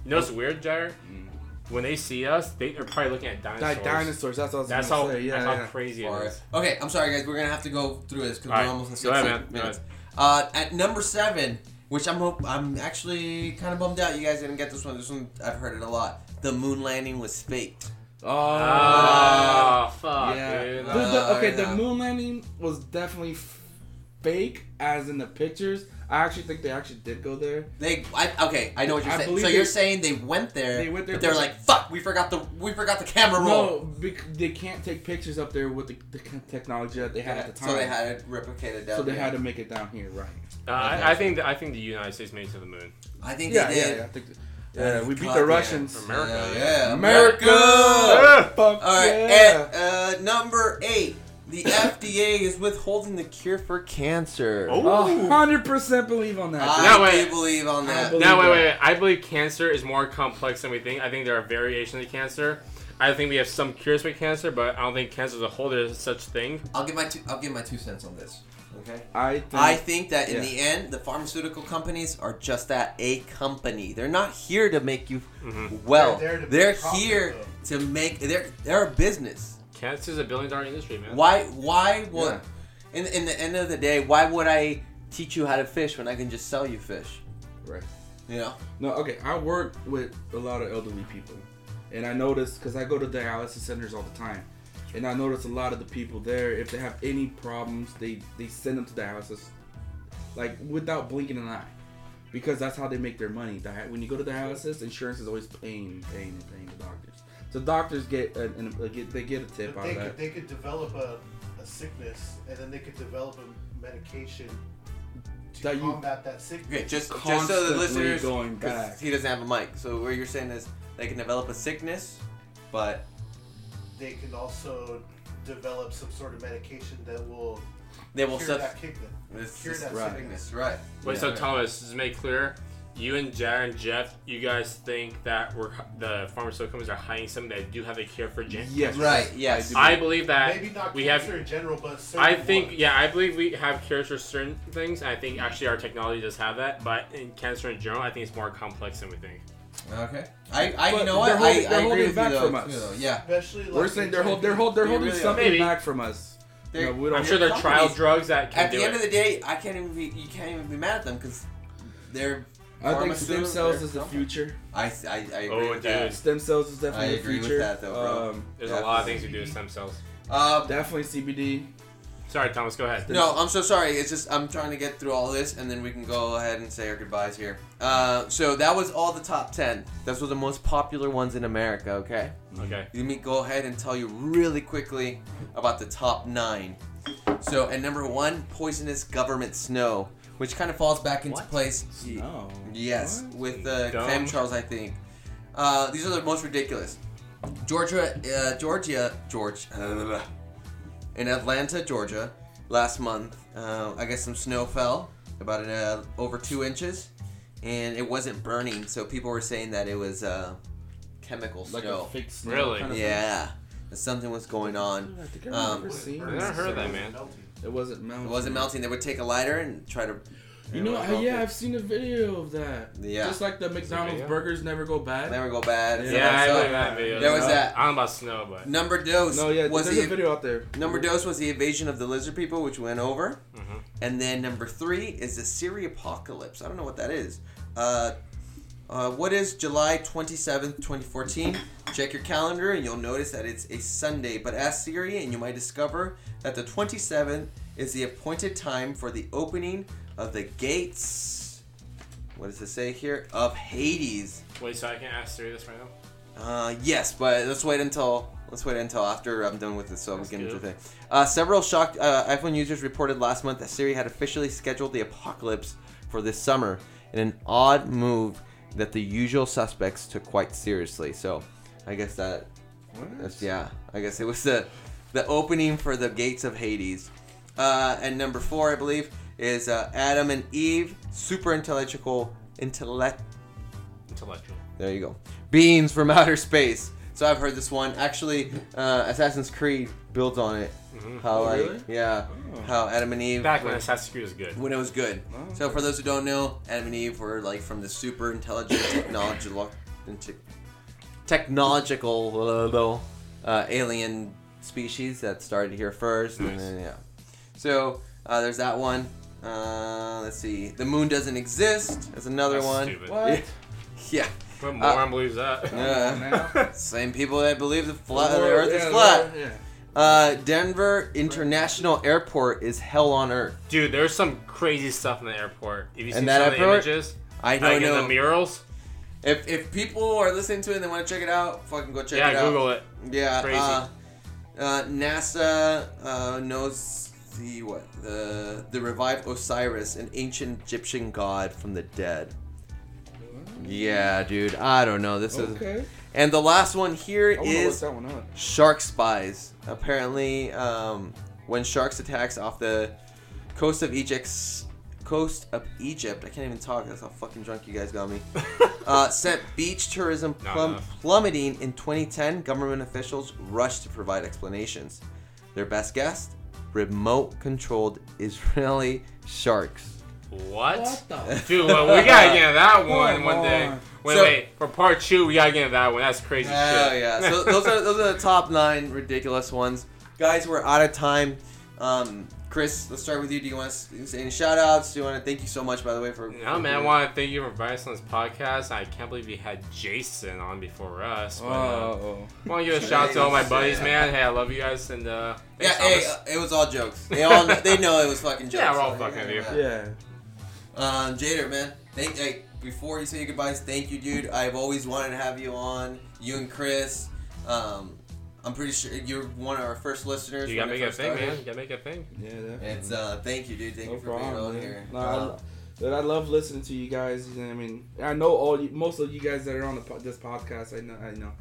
[SPEAKER 2] You know what's weird, Jared?
[SPEAKER 4] Mm.
[SPEAKER 2] When they see us, they, they're probably looking at dinosaurs.
[SPEAKER 1] Like dinosaurs. That's what I was
[SPEAKER 2] That's
[SPEAKER 1] gonna
[SPEAKER 2] how,
[SPEAKER 1] say. Yeah.
[SPEAKER 2] that's
[SPEAKER 1] yeah.
[SPEAKER 2] how crazy it
[SPEAKER 4] All
[SPEAKER 2] is.
[SPEAKER 4] right. Okay, I'm sorry, guys. We're gonna have to go through this because
[SPEAKER 2] All right.
[SPEAKER 4] we're almost in
[SPEAKER 2] Go ahead,
[SPEAKER 4] 16
[SPEAKER 2] man. Go
[SPEAKER 4] minutes. Uh, at number seven, which I'm hope- I'm actually kind of bummed out. You guys didn't get this one. This one I've heard it a lot. The moon landing was faked.
[SPEAKER 1] Oh.
[SPEAKER 2] Oh, fuck,
[SPEAKER 1] yeah.
[SPEAKER 2] dude.
[SPEAKER 1] The-
[SPEAKER 2] That-
[SPEAKER 1] the- okay,
[SPEAKER 4] yeah.
[SPEAKER 1] the moon landing was definitely f- fake, as in the pictures. I actually think they actually did go there.
[SPEAKER 4] They, I, okay, I know what you're
[SPEAKER 1] I
[SPEAKER 4] saying.
[SPEAKER 1] believe
[SPEAKER 4] So you're
[SPEAKER 1] they-
[SPEAKER 4] saying they went there,
[SPEAKER 1] They went there
[SPEAKER 4] but they're
[SPEAKER 1] for-
[SPEAKER 4] like, "Fuck, we forgot the we forgot the camera roll."
[SPEAKER 1] No, bec- they can't take pictures up there with the, the kind of technology that they had at the time.
[SPEAKER 4] So they had it replicated down.
[SPEAKER 1] So they
[SPEAKER 4] there.
[SPEAKER 1] had to make it down here, right?
[SPEAKER 2] uh, I, I think that I think the United States made it to the moon.
[SPEAKER 4] I think
[SPEAKER 1] Yeah,
[SPEAKER 4] they
[SPEAKER 1] yeah,
[SPEAKER 4] did.
[SPEAKER 1] yeah. I think- yeah, we beat
[SPEAKER 4] God,
[SPEAKER 1] the
[SPEAKER 4] yeah.
[SPEAKER 1] Russians.
[SPEAKER 2] America.
[SPEAKER 4] Yeah,
[SPEAKER 2] yeah.
[SPEAKER 4] yeah.
[SPEAKER 1] America! Fuck
[SPEAKER 4] All right,
[SPEAKER 1] yeah.
[SPEAKER 4] at uh, number eight, the FDA is withholding the cure for cancer.
[SPEAKER 2] Oh.
[SPEAKER 1] A hundred percent believe on that.
[SPEAKER 4] I
[SPEAKER 2] No, wait.
[SPEAKER 4] do believe on
[SPEAKER 1] I
[SPEAKER 4] that.
[SPEAKER 1] believe-
[SPEAKER 2] Now wait,
[SPEAKER 1] that.
[SPEAKER 2] wait, wait. I believe cancer is more complex than we think. I think there are variations of cancer. I think we have some cures for cancer, but I don't think cancer as a whole there's such thing.
[SPEAKER 4] I'll give my two, I'll give my two cents on this. Okay.
[SPEAKER 1] I think.
[SPEAKER 4] I think that in
[SPEAKER 1] Yeah.
[SPEAKER 4] the end, the pharmaceutical companies are just that a company. They're not here to make you
[SPEAKER 1] Mm-hmm.
[SPEAKER 4] well.
[SPEAKER 8] They're there
[SPEAKER 4] They're,
[SPEAKER 8] to make profit,
[SPEAKER 4] here to make they're they're a business.
[SPEAKER 2] Cancer is a billion dollar industry, man.
[SPEAKER 4] Why why would
[SPEAKER 1] Yeah.
[SPEAKER 4] in in the end of the day, why would I teach you how to fish when I can just sell you fish?
[SPEAKER 1] Right.
[SPEAKER 4] You know?
[SPEAKER 1] No, okay. I work with a lot of elderly people, and I notice because I go to dialysis centers all the time, and I noticed a lot of the people there, if they have any problems, they they send them to dialysis, like without blinking an eye, because that's how they make their money. Di- When you go to dialysis, insurance is always paying, paying, and paying the doctors. So doctors get an, an, a get they get a tip
[SPEAKER 8] But
[SPEAKER 1] out
[SPEAKER 8] they
[SPEAKER 1] of
[SPEAKER 8] could,
[SPEAKER 1] that.
[SPEAKER 8] they could develop a, a sickness, and then they could develop a medication to
[SPEAKER 1] That you-
[SPEAKER 8] combat that sickness.
[SPEAKER 4] Okay, just just so the
[SPEAKER 1] Constantly
[SPEAKER 4] listeners,
[SPEAKER 1] going
[SPEAKER 4] 'cause
[SPEAKER 1] back.
[SPEAKER 4] he doesn't have a mic. So what you're saying is they can develop a sickness, but
[SPEAKER 8] They can also develop some sort of medication that will
[SPEAKER 4] they will
[SPEAKER 8] cure
[SPEAKER 4] sub.
[SPEAKER 8] that kick them.
[SPEAKER 4] This,
[SPEAKER 8] cure
[SPEAKER 4] this
[SPEAKER 8] that
[SPEAKER 1] Right.
[SPEAKER 8] sickness.
[SPEAKER 4] sickness, right?
[SPEAKER 2] Wait,
[SPEAKER 1] Yeah.
[SPEAKER 2] so Thomas, just to make clear, you and Jared and Jeff, you guys think that we're the pharmaceutical companies are hiding something that do have a cure for Jen?
[SPEAKER 1] Yes.
[SPEAKER 4] Right. Yes.
[SPEAKER 2] I believe that
[SPEAKER 8] Maybe not
[SPEAKER 2] we
[SPEAKER 8] cancer
[SPEAKER 2] have.
[SPEAKER 8] in general, but certain
[SPEAKER 2] I think
[SPEAKER 8] ones.
[SPEAKER 2] yeah, I believe we have cures for certain things. I think actually our technology does have that, but in cancer in general, I think it's more complex than we think.
[SPEAKER 7] Okay.
[SPEAKER 4] I, I you
[SPEAKER 1] But
[SPEAKER 4] know what?
[SPEAKER 1] they're holding-
[SPEAKER 4] I,
[SPEAKER 1] they're
[SPEAKER 4] I agree
[SPEAKER 1] holding
[SPEAKER 4] with
[SPEAKER 1] back
[SPEAKER 4] you though,
[SPEAKER 1] from us.
[SPEAKER 4] too, though. Yeah.
[SPEAKER 8] Especially like
[SPEAKER 1] We're saying they're hold, they're hold, they're
[SPEAKER 2] They
[SPEAKER 1] holding
[SPEAKER 2] really are.
[SPEAKER 1] something
[SPEAKER 2] Maybe.
[SPEAKER 1] back from us.
[SPEAKER 4] They're-
[SPEAKER 1] No, we don't-
[SPEAKER 2] I'm sure they're trial
[SPEAKER 4] companies-
[SPEAKER 2] drugs that can
[SPEAKER 4] At
[SPEAKER 2] do
[SPEAKER 4] the end
[SPEAKER 2] it.
[SPEAKER 4] of the day, I can't even be. You can't even be mad at them because they're.
[SPEAKER 1] I think stem
[SPEAKER 4] pharmaceutical-
[SPEAKER 1] cells
[SPEAKER 4] they're
[SPEAKER 1] is the
[SPEAKER 4] companies.
[SPEAKER 1] future.
[SPEAKER 4] I, I, I agree
[SPEAKER 2] Oh,
[SPEAKER 4] with that.
[SPEAKER 2] dude.
[SPEAKER 1] Stem cells is definitely
[SPEAKER 4] I
[SPEAKER 1] the
[SPEAKER 4] agree with
[SPEAKER 1] future.
[SPEAKER 4] that, though, bro.
[SPEAKER 1] Um,
[SPEAKER 2] There's a lot of things we do with stem cells.
[SPEAKER 4] Um,
[SPEAKER 1] definitely CBD.
[SPEAKER 2] Sorry, Thomas, go ahead.
[SPEAKER 4] No, I'm so sorry. It's just I'm trying to get through all this, and then we can go ahead and say our goodbyes here. Uh, so that was all the top ten. Those were the most popular ones in America. Okay,
[SPEAKER 2] Okay.
[SPEAKER 4] let me go ahead and tell you really quickly about the top nine. So at number one, poisonous government snow, which kind of falls back into
[SPEAKER 2] What?
[SPEAKER 4] place.
[SPEAKER 1] No.
[SPEAKER 4] Yes,
[SPEAKER 1] What?
[SPEAKER 4] with uh,
[SPEAKER 2] Dumb.
[SPEAKER 4] Clem Charles, I think. Uh, these are the most ridiculous. Georgia, uh, Georgia, George, uh, in Atlanta, Georgia, last month. Uh, I guess some snow fell, about an, uh, over two inches, and it wasn't burning. So people were saying that it was uh, chemical
[SPEAKER 1] Like
[SPEAKER 4] snow.
[SPEAKER 1] a fake snow
[SPEAKER 2] Really?
[SPEAKER 1] kind of thing.
[SPEAKER 4] yeah, that something was going on.
[SPEAKER 1] I think I remember
[SPEAKER 4] Um,
[SPEAKER 1] seeing
[SPEAKER 2] I never heard of that, man.
[SPEAKER 1] It wasn't melting.
[SPEAKER 4] It wasn't melting. They would take a lighter and try to.
[SPEAKER 1] You know, I, yeah, I've seen a video of that.
[SPEAKER 4] Yeah.
[SPEAKER 1] Just like the McDonald's
[SPEAKER 2] video?
[SPEAKER 1] burgers never go bad.
[SPEAKER 4] never go bad.
[SPEAKER 1] Yeah,
[SPEAKER 4] So
[SPEAKER 2] Yeah, I
[SPEAKER 4] that's all.
[SPEAKER 2] believe that video.
[SPEAKER 4] There was
[SPEAKER 2] Uh,
[SPEAKER 4] that.
[SPEAKER 2] I don't know about snow, but
[SPEAKER 4] Number dose
[SPEAKER 1] No, yeah,
[SPEAKER 4] was
[SPEAKER 1] there's
[SPEAKER 4] the
[SPEAKER 1] a video out there.
[SPEAKER 4] Number dose was the invasion of the lizard people, which went over.
[SPEAKER 2] Mhm.
[SPEAKER 4] And then number three is the Siri apocalypse. I don't know what that is. Uh, uh, what is July 27th, 2014? Check your calendar and you'll notice that it's a Sunday. But ask Siri and you might discover that the 27th is the appointed time for the opening of the gates. What does it say here? Of Hades.
[SPEAKER 2] wait, so I can ask Siri this right now.
[SPEAKER 4] Uh, yes, but let's wait until let's wait until after I'm done with this, so we
[SPEAKER 2] That's
[SPEAKER 4] can do the
[SPEAKER 2] good.
[SPEAKER 4] thing. Uh, several shocked uh, iPhone users reported last month that Siri had officially scheduled the apocalypse for this summer, in an odd move that the usual suspects took quite seriously. So, I guess that that's, yeah, I guess it was the the opening for the gates of Hades. Uh, and number four, I believe, is uh, Adam and Eve, super intellectual intellect
[SPEAKER 2] Intellectual.
[SPEAKER 4] there you go. Beings from outer space. So I've heard this one. Actually, uh, Assassin's Creed builds on it.
[SPEAKER 2] Mm-hmm.
[SPEAKER 4] How
[SPEAKER 1] Oh,
[SPEAKER 4] like
[SPEAKER 1] really?
[SPEAKER 4] yeah,
[SPEAKER 1] Oh.
[SPEAKER 4] how Adam and Eve
[SPEAKER 2] Back when Assassin's Creed was good.
[SPEAKER 4] when it was good.
[SPEAKER 1] Oh,
[SPEAKER 4] So for those who don't know, Adam and Eve were like from the super intelligent technological technological uh, alien species that started here first, and
[SPEAKER 2] Nice.
[SPEAKER 4] then yeah. So uh, there's that one. Uh, let's see. The moon doesn't exist. There's another
[SPEAKER 2] That's
[SPEAKER 4] one.
[SPEAKER 2] stupid.
[SPEAKER 1] What?
[SPEAKER 4] Yeah.
[SPEAKER 2] What moron believes that?
[SPEAKER 4] Uh, Yeah.
[SPEAKER 1] Now-
[SPEAKER 4] Same people that believe the, flat, the
[SPEAKER 1] Or-
[SPEAKER 4] Earth is
[SPEAKER 1] yeah,
[SPEAKER 4] flat.
[SPEAKER 1] or- yeah.
[SPEAKER 4] Uh, Denver International Airport is hell on Earth.
[SPEAKER 2] Dude, there's some crazy stuff in the airport. If you see
[SPEAKER 4] And
[SPEAKER 2] some
[SPEAKER 4] that
[SPEAKER 2] of the
[SPEAKER 4] airport?
[SPEAKER 2] images,
[SPEAKER 4] I
[SPEAKER 2] like
[SPEAKER 4] don't
[SPEAKER 2] in the
[SPEAKER 4] know.
[SPEAKER 2] murals,
[SPEAKER 4] If, if people are listening to it and they want to check it out, fucking go check
[SPEAKER 2] yeah,
[SPEAKER 4] it out.
[SPEAKER 2] Google it.
[SPEAKER 4] Yeah.
[SPEAKER 2] Crazy.
[SPEAKER 4] Uh, uh, NASA uh, knows the what the the revived Osiris, an ancient Egyptian god from the dead. Yeah, dude. I don't know. This is
[SPEAKER 1] Okay.
[SPEAKER 4] and the last one here
[SPEAKER 1] I want to look
[SPEAKER 4] is
[SPEAKER 1] that one up.
[SPEAKER 4] shark spies. Apparently, um, when sharks attacks off the coast of Egypt, coast of Egypt, I can't even talk. That's how fucking drunk you guys got me. Uh, sent beach tourism
[SPEAKER 2] Not
[SPEAKER 4] plum-
[SPEAKER 2] enough.
[SPEAKER 4] plummeting in 2010. Government officials rushed to provide explanations. Their best guess: remote-controlled Israeli sharks.
[SPEAKER 2] What?
[SPEAKER 1] What the?
[SPEAKER 2] Dude, well, we gotta get into that one
[SPEAKER 1] Come
[SPEAKER 2] one day.
[SPEAKER 1] on.
[SPEAKER 2] Wait,
[SPEAKER 4] So-
[SPEAKER 2] wait. For part two, we gotta get into that one. That's crazy
[SPEAKER 4] Oh
[SPEAKER 2] shit.
[SPEAKER 4] yeah. So those are those are the top nine ridiculous ones. Guys, we're out of time. Um, Chris, let's start with you. Do you want to say any shout outs? Do you want to thank you so much, by the way, for.
[SPEAKER 2] No man, I want to thank you for inviting us on this podcast. I can't believe you had Jason on before us. But, uh,
[SPEAKER 1] Oh,
[SPEAKER 2] want to give a shout out to all my buddies,
[SPEAKER 4] Yeah.
[SPEAKER 2] man. Hey, I love you guys, and uh,
[SPEAKER 4] Yeah,
[SPEAKER 2] thanks,
[SPEAKER 4] hey,
[SPEAKER 2] Thomas.
[SPEAKER 4] uh, it was all jokes. They all they know it was fucking jokes.
[SPEAKER 2] Yeah, we're all
[SPEAKER 4] so,
[SPEAKER 2] fucking
[SPEAKER 4] yeah,
[SPEAKER 2] with
[SPEAKER 4] yeah.
[SPEAKER 1] yeah.
[SPEAKER 4] Um, Jader, man, thank like before you say your goodbyes, thank you, dude. I've always wanted to have you on. You and Chris. Um, I'm pretty sure you're one of our first listeners.
[SPEAKER 2] you gotta
[SPEAKER 4] when
[SPEAKER 2] make
[SPEAKER 4] it
[SPEAKER 2] it a
[SPEAKER 4] first
[SPEAKER 2] thing, man.
[SPEAKER 4] started.
[SPEAKER 2] You gotta make it a thing.
[SPEAKER 1] Yeah, definitely.
[SPEAKER 4] It's uh, thank you, dude. Thank
[SPEAKER 1] No
[SPEAKER 4] you for being
[SPEAKER 1] problem,
[SPEAKER 4] on
[SPEAKER 1] man.
[SPEAKER 4] here.
[SPEAKER 1] No,
[SPEAKER 4] Uh,
[SPEAKER 1] I, dude, I love listening to you guys. You know what I mean, I know all you, most of you guys that are on the po- this podcast. I know, I know.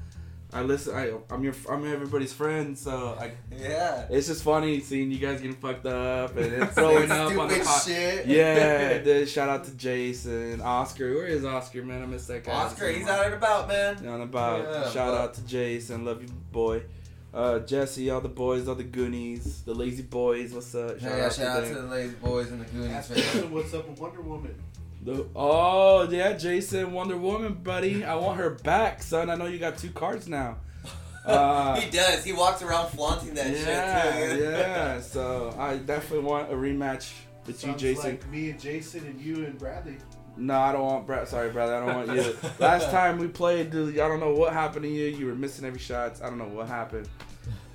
[SPEAKER 1] I listen. I, I'm your, I'm everybody's friend. So I,
[SPEAKER 4] yeah.
[SPEAKER 1] it's just funny seeing you guys getting fucked up and then throwing up on the
[SPEAKER 4] Stupid
[SPEAKER 1] podcast.
[SPEAKER 4] shit.
[SPEAKER 1] Yeah, dude, shout out to Jason, Oscar. Where is Oscar, man? I miss that guy.
[SPEAKER 4] Oscar, he's out and about, man.
[SPEAKER 1] Down about.
[SPEAKER 4] Yeah,
[SPEAKER 1] Shout
[SPEAKER 4] but-
[SPEAKER 1] out to Jason, love you, boy. Uh, Jesse, all the boys, all the Goonies, the Lazy Boys. What's up?
[SPEAKER 7] Shout, out, shout out to the Lazy Boys and the Goonies. man.
[SPEAKER 8] What's up with Wonder Woman?
[SPEAKER 1] The, oh yeah, Jason, Wonder Woman, buddy. I want her back, son. I know you got two cards now. Uh,
[SPEAKER 4] he does. He walks around flaunting that shit
[SPEAKER 1] yeah,
[SPEAKER 4] too.
[SPEAKER 1] yeah. So I definitely want a rematch with
[SPEAKER 8] Sounds
[SPEAKER 1] you, Jason.
[SPEAKER 8] Like me and Jason and you and Bradley.
[SPEAKER 1] No, I don't want Brad. Sorry, brother. I don't want you. Last time we played, dude, I don't know what happened to you. You were missing every shots. I don't know what happened.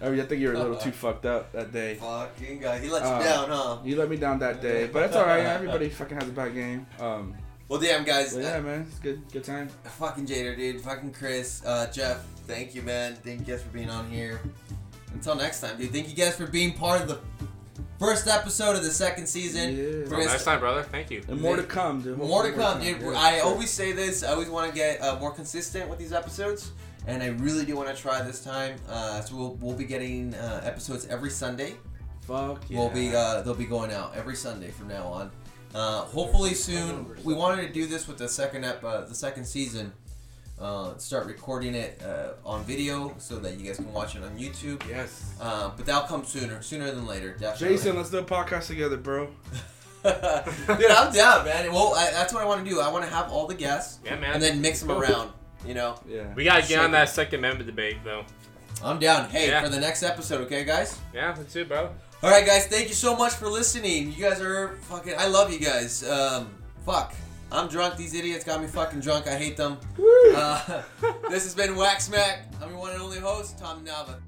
[SPEAKER 1] I, mean, I think you were a little
[SPEAKER 4] Uh-uh.
[SPEAKER 1] too fucked up that day.
[SPEAKER 4] Fucking guy. He lets you
[SPEAKER 1] Uh,
[SPEAKER 4] down, huh?
[SPEAKER 1] You let me down that day, but it's all right. Everybody fucking has a bad game. Um,
[SPEAKER 4] Well, damn, guys.
[SPEAKER 1] but yeah, man, it's good. Good time.
[SPEAKER 4] uh, fucking Jader, dude. Fucking Chris. Uh, Jeff, thank you, man. Thank you guys for being on here. Until next time, dude. Thank you guys for being part of the first episode of the second season.
[SPEAKER 1] Yeah.
[SPEAKER 2] Till
[SPEAKER 4] Chris-
[SPEAKER 2] next time, brother. Thank you.
[SPEAKER 1] And more to come, dude.
[SPEAKER 4] More to come, dude.
[SPEAKER 1] Yeah,
[SPEAKER 4] I
[SPEAKER 1] sure.
[SPEAKER 4] always say this. I always want to get uh, more consistent with these episodes, and I really do want to try this time. Uh, so we'll, we'll be getting uh, episodes every Sunday.
[SPEAKER 1] Fuck yeah.
[SPEAKER 4] We'll be uh, they'll be going out every Sunday from now on. Uh, hopefully soon. We wanted to do this with the second ep- uh, the second season. Uh, start recording it uh, on video so that you guys can watch it on YouTube.
[SPEAKER 1] yes.
[SPEAKER 4] Uh, but that'll come sooner, sooner than later. Definitely.
[SPEAKER 1] Jason, let's do a podcast together, bro.
[SPEAKER 4] dude, I'm down, man. Well, I, that's what I want to do. I want to have all the guests
[SPEAKER 2] Yeah, man.
[SPEAKER 4] and then mix them around. You know,
[SPEAKER 1] Yeah.
[SPEAKER 2] we gotta get on that Second Amendment debate, though.
[SPEAKER 4] I'm down. Hey,
[SPEAKER 2] Yeah.
[SPEAKER 4] for the next episode, okay, guys.
[SPEAKER 2] Yeah, let's do it, bro.
[SPEAKER 4] All right, guys. Thank you so much for listening. You guys are fucking. I love you guys. Um, fuck. I'm drunk. These idiots got me fucking drunk. Uh, I hate them. Uh, this has been Wax Mac. I'm your one and only host, Tom Nava.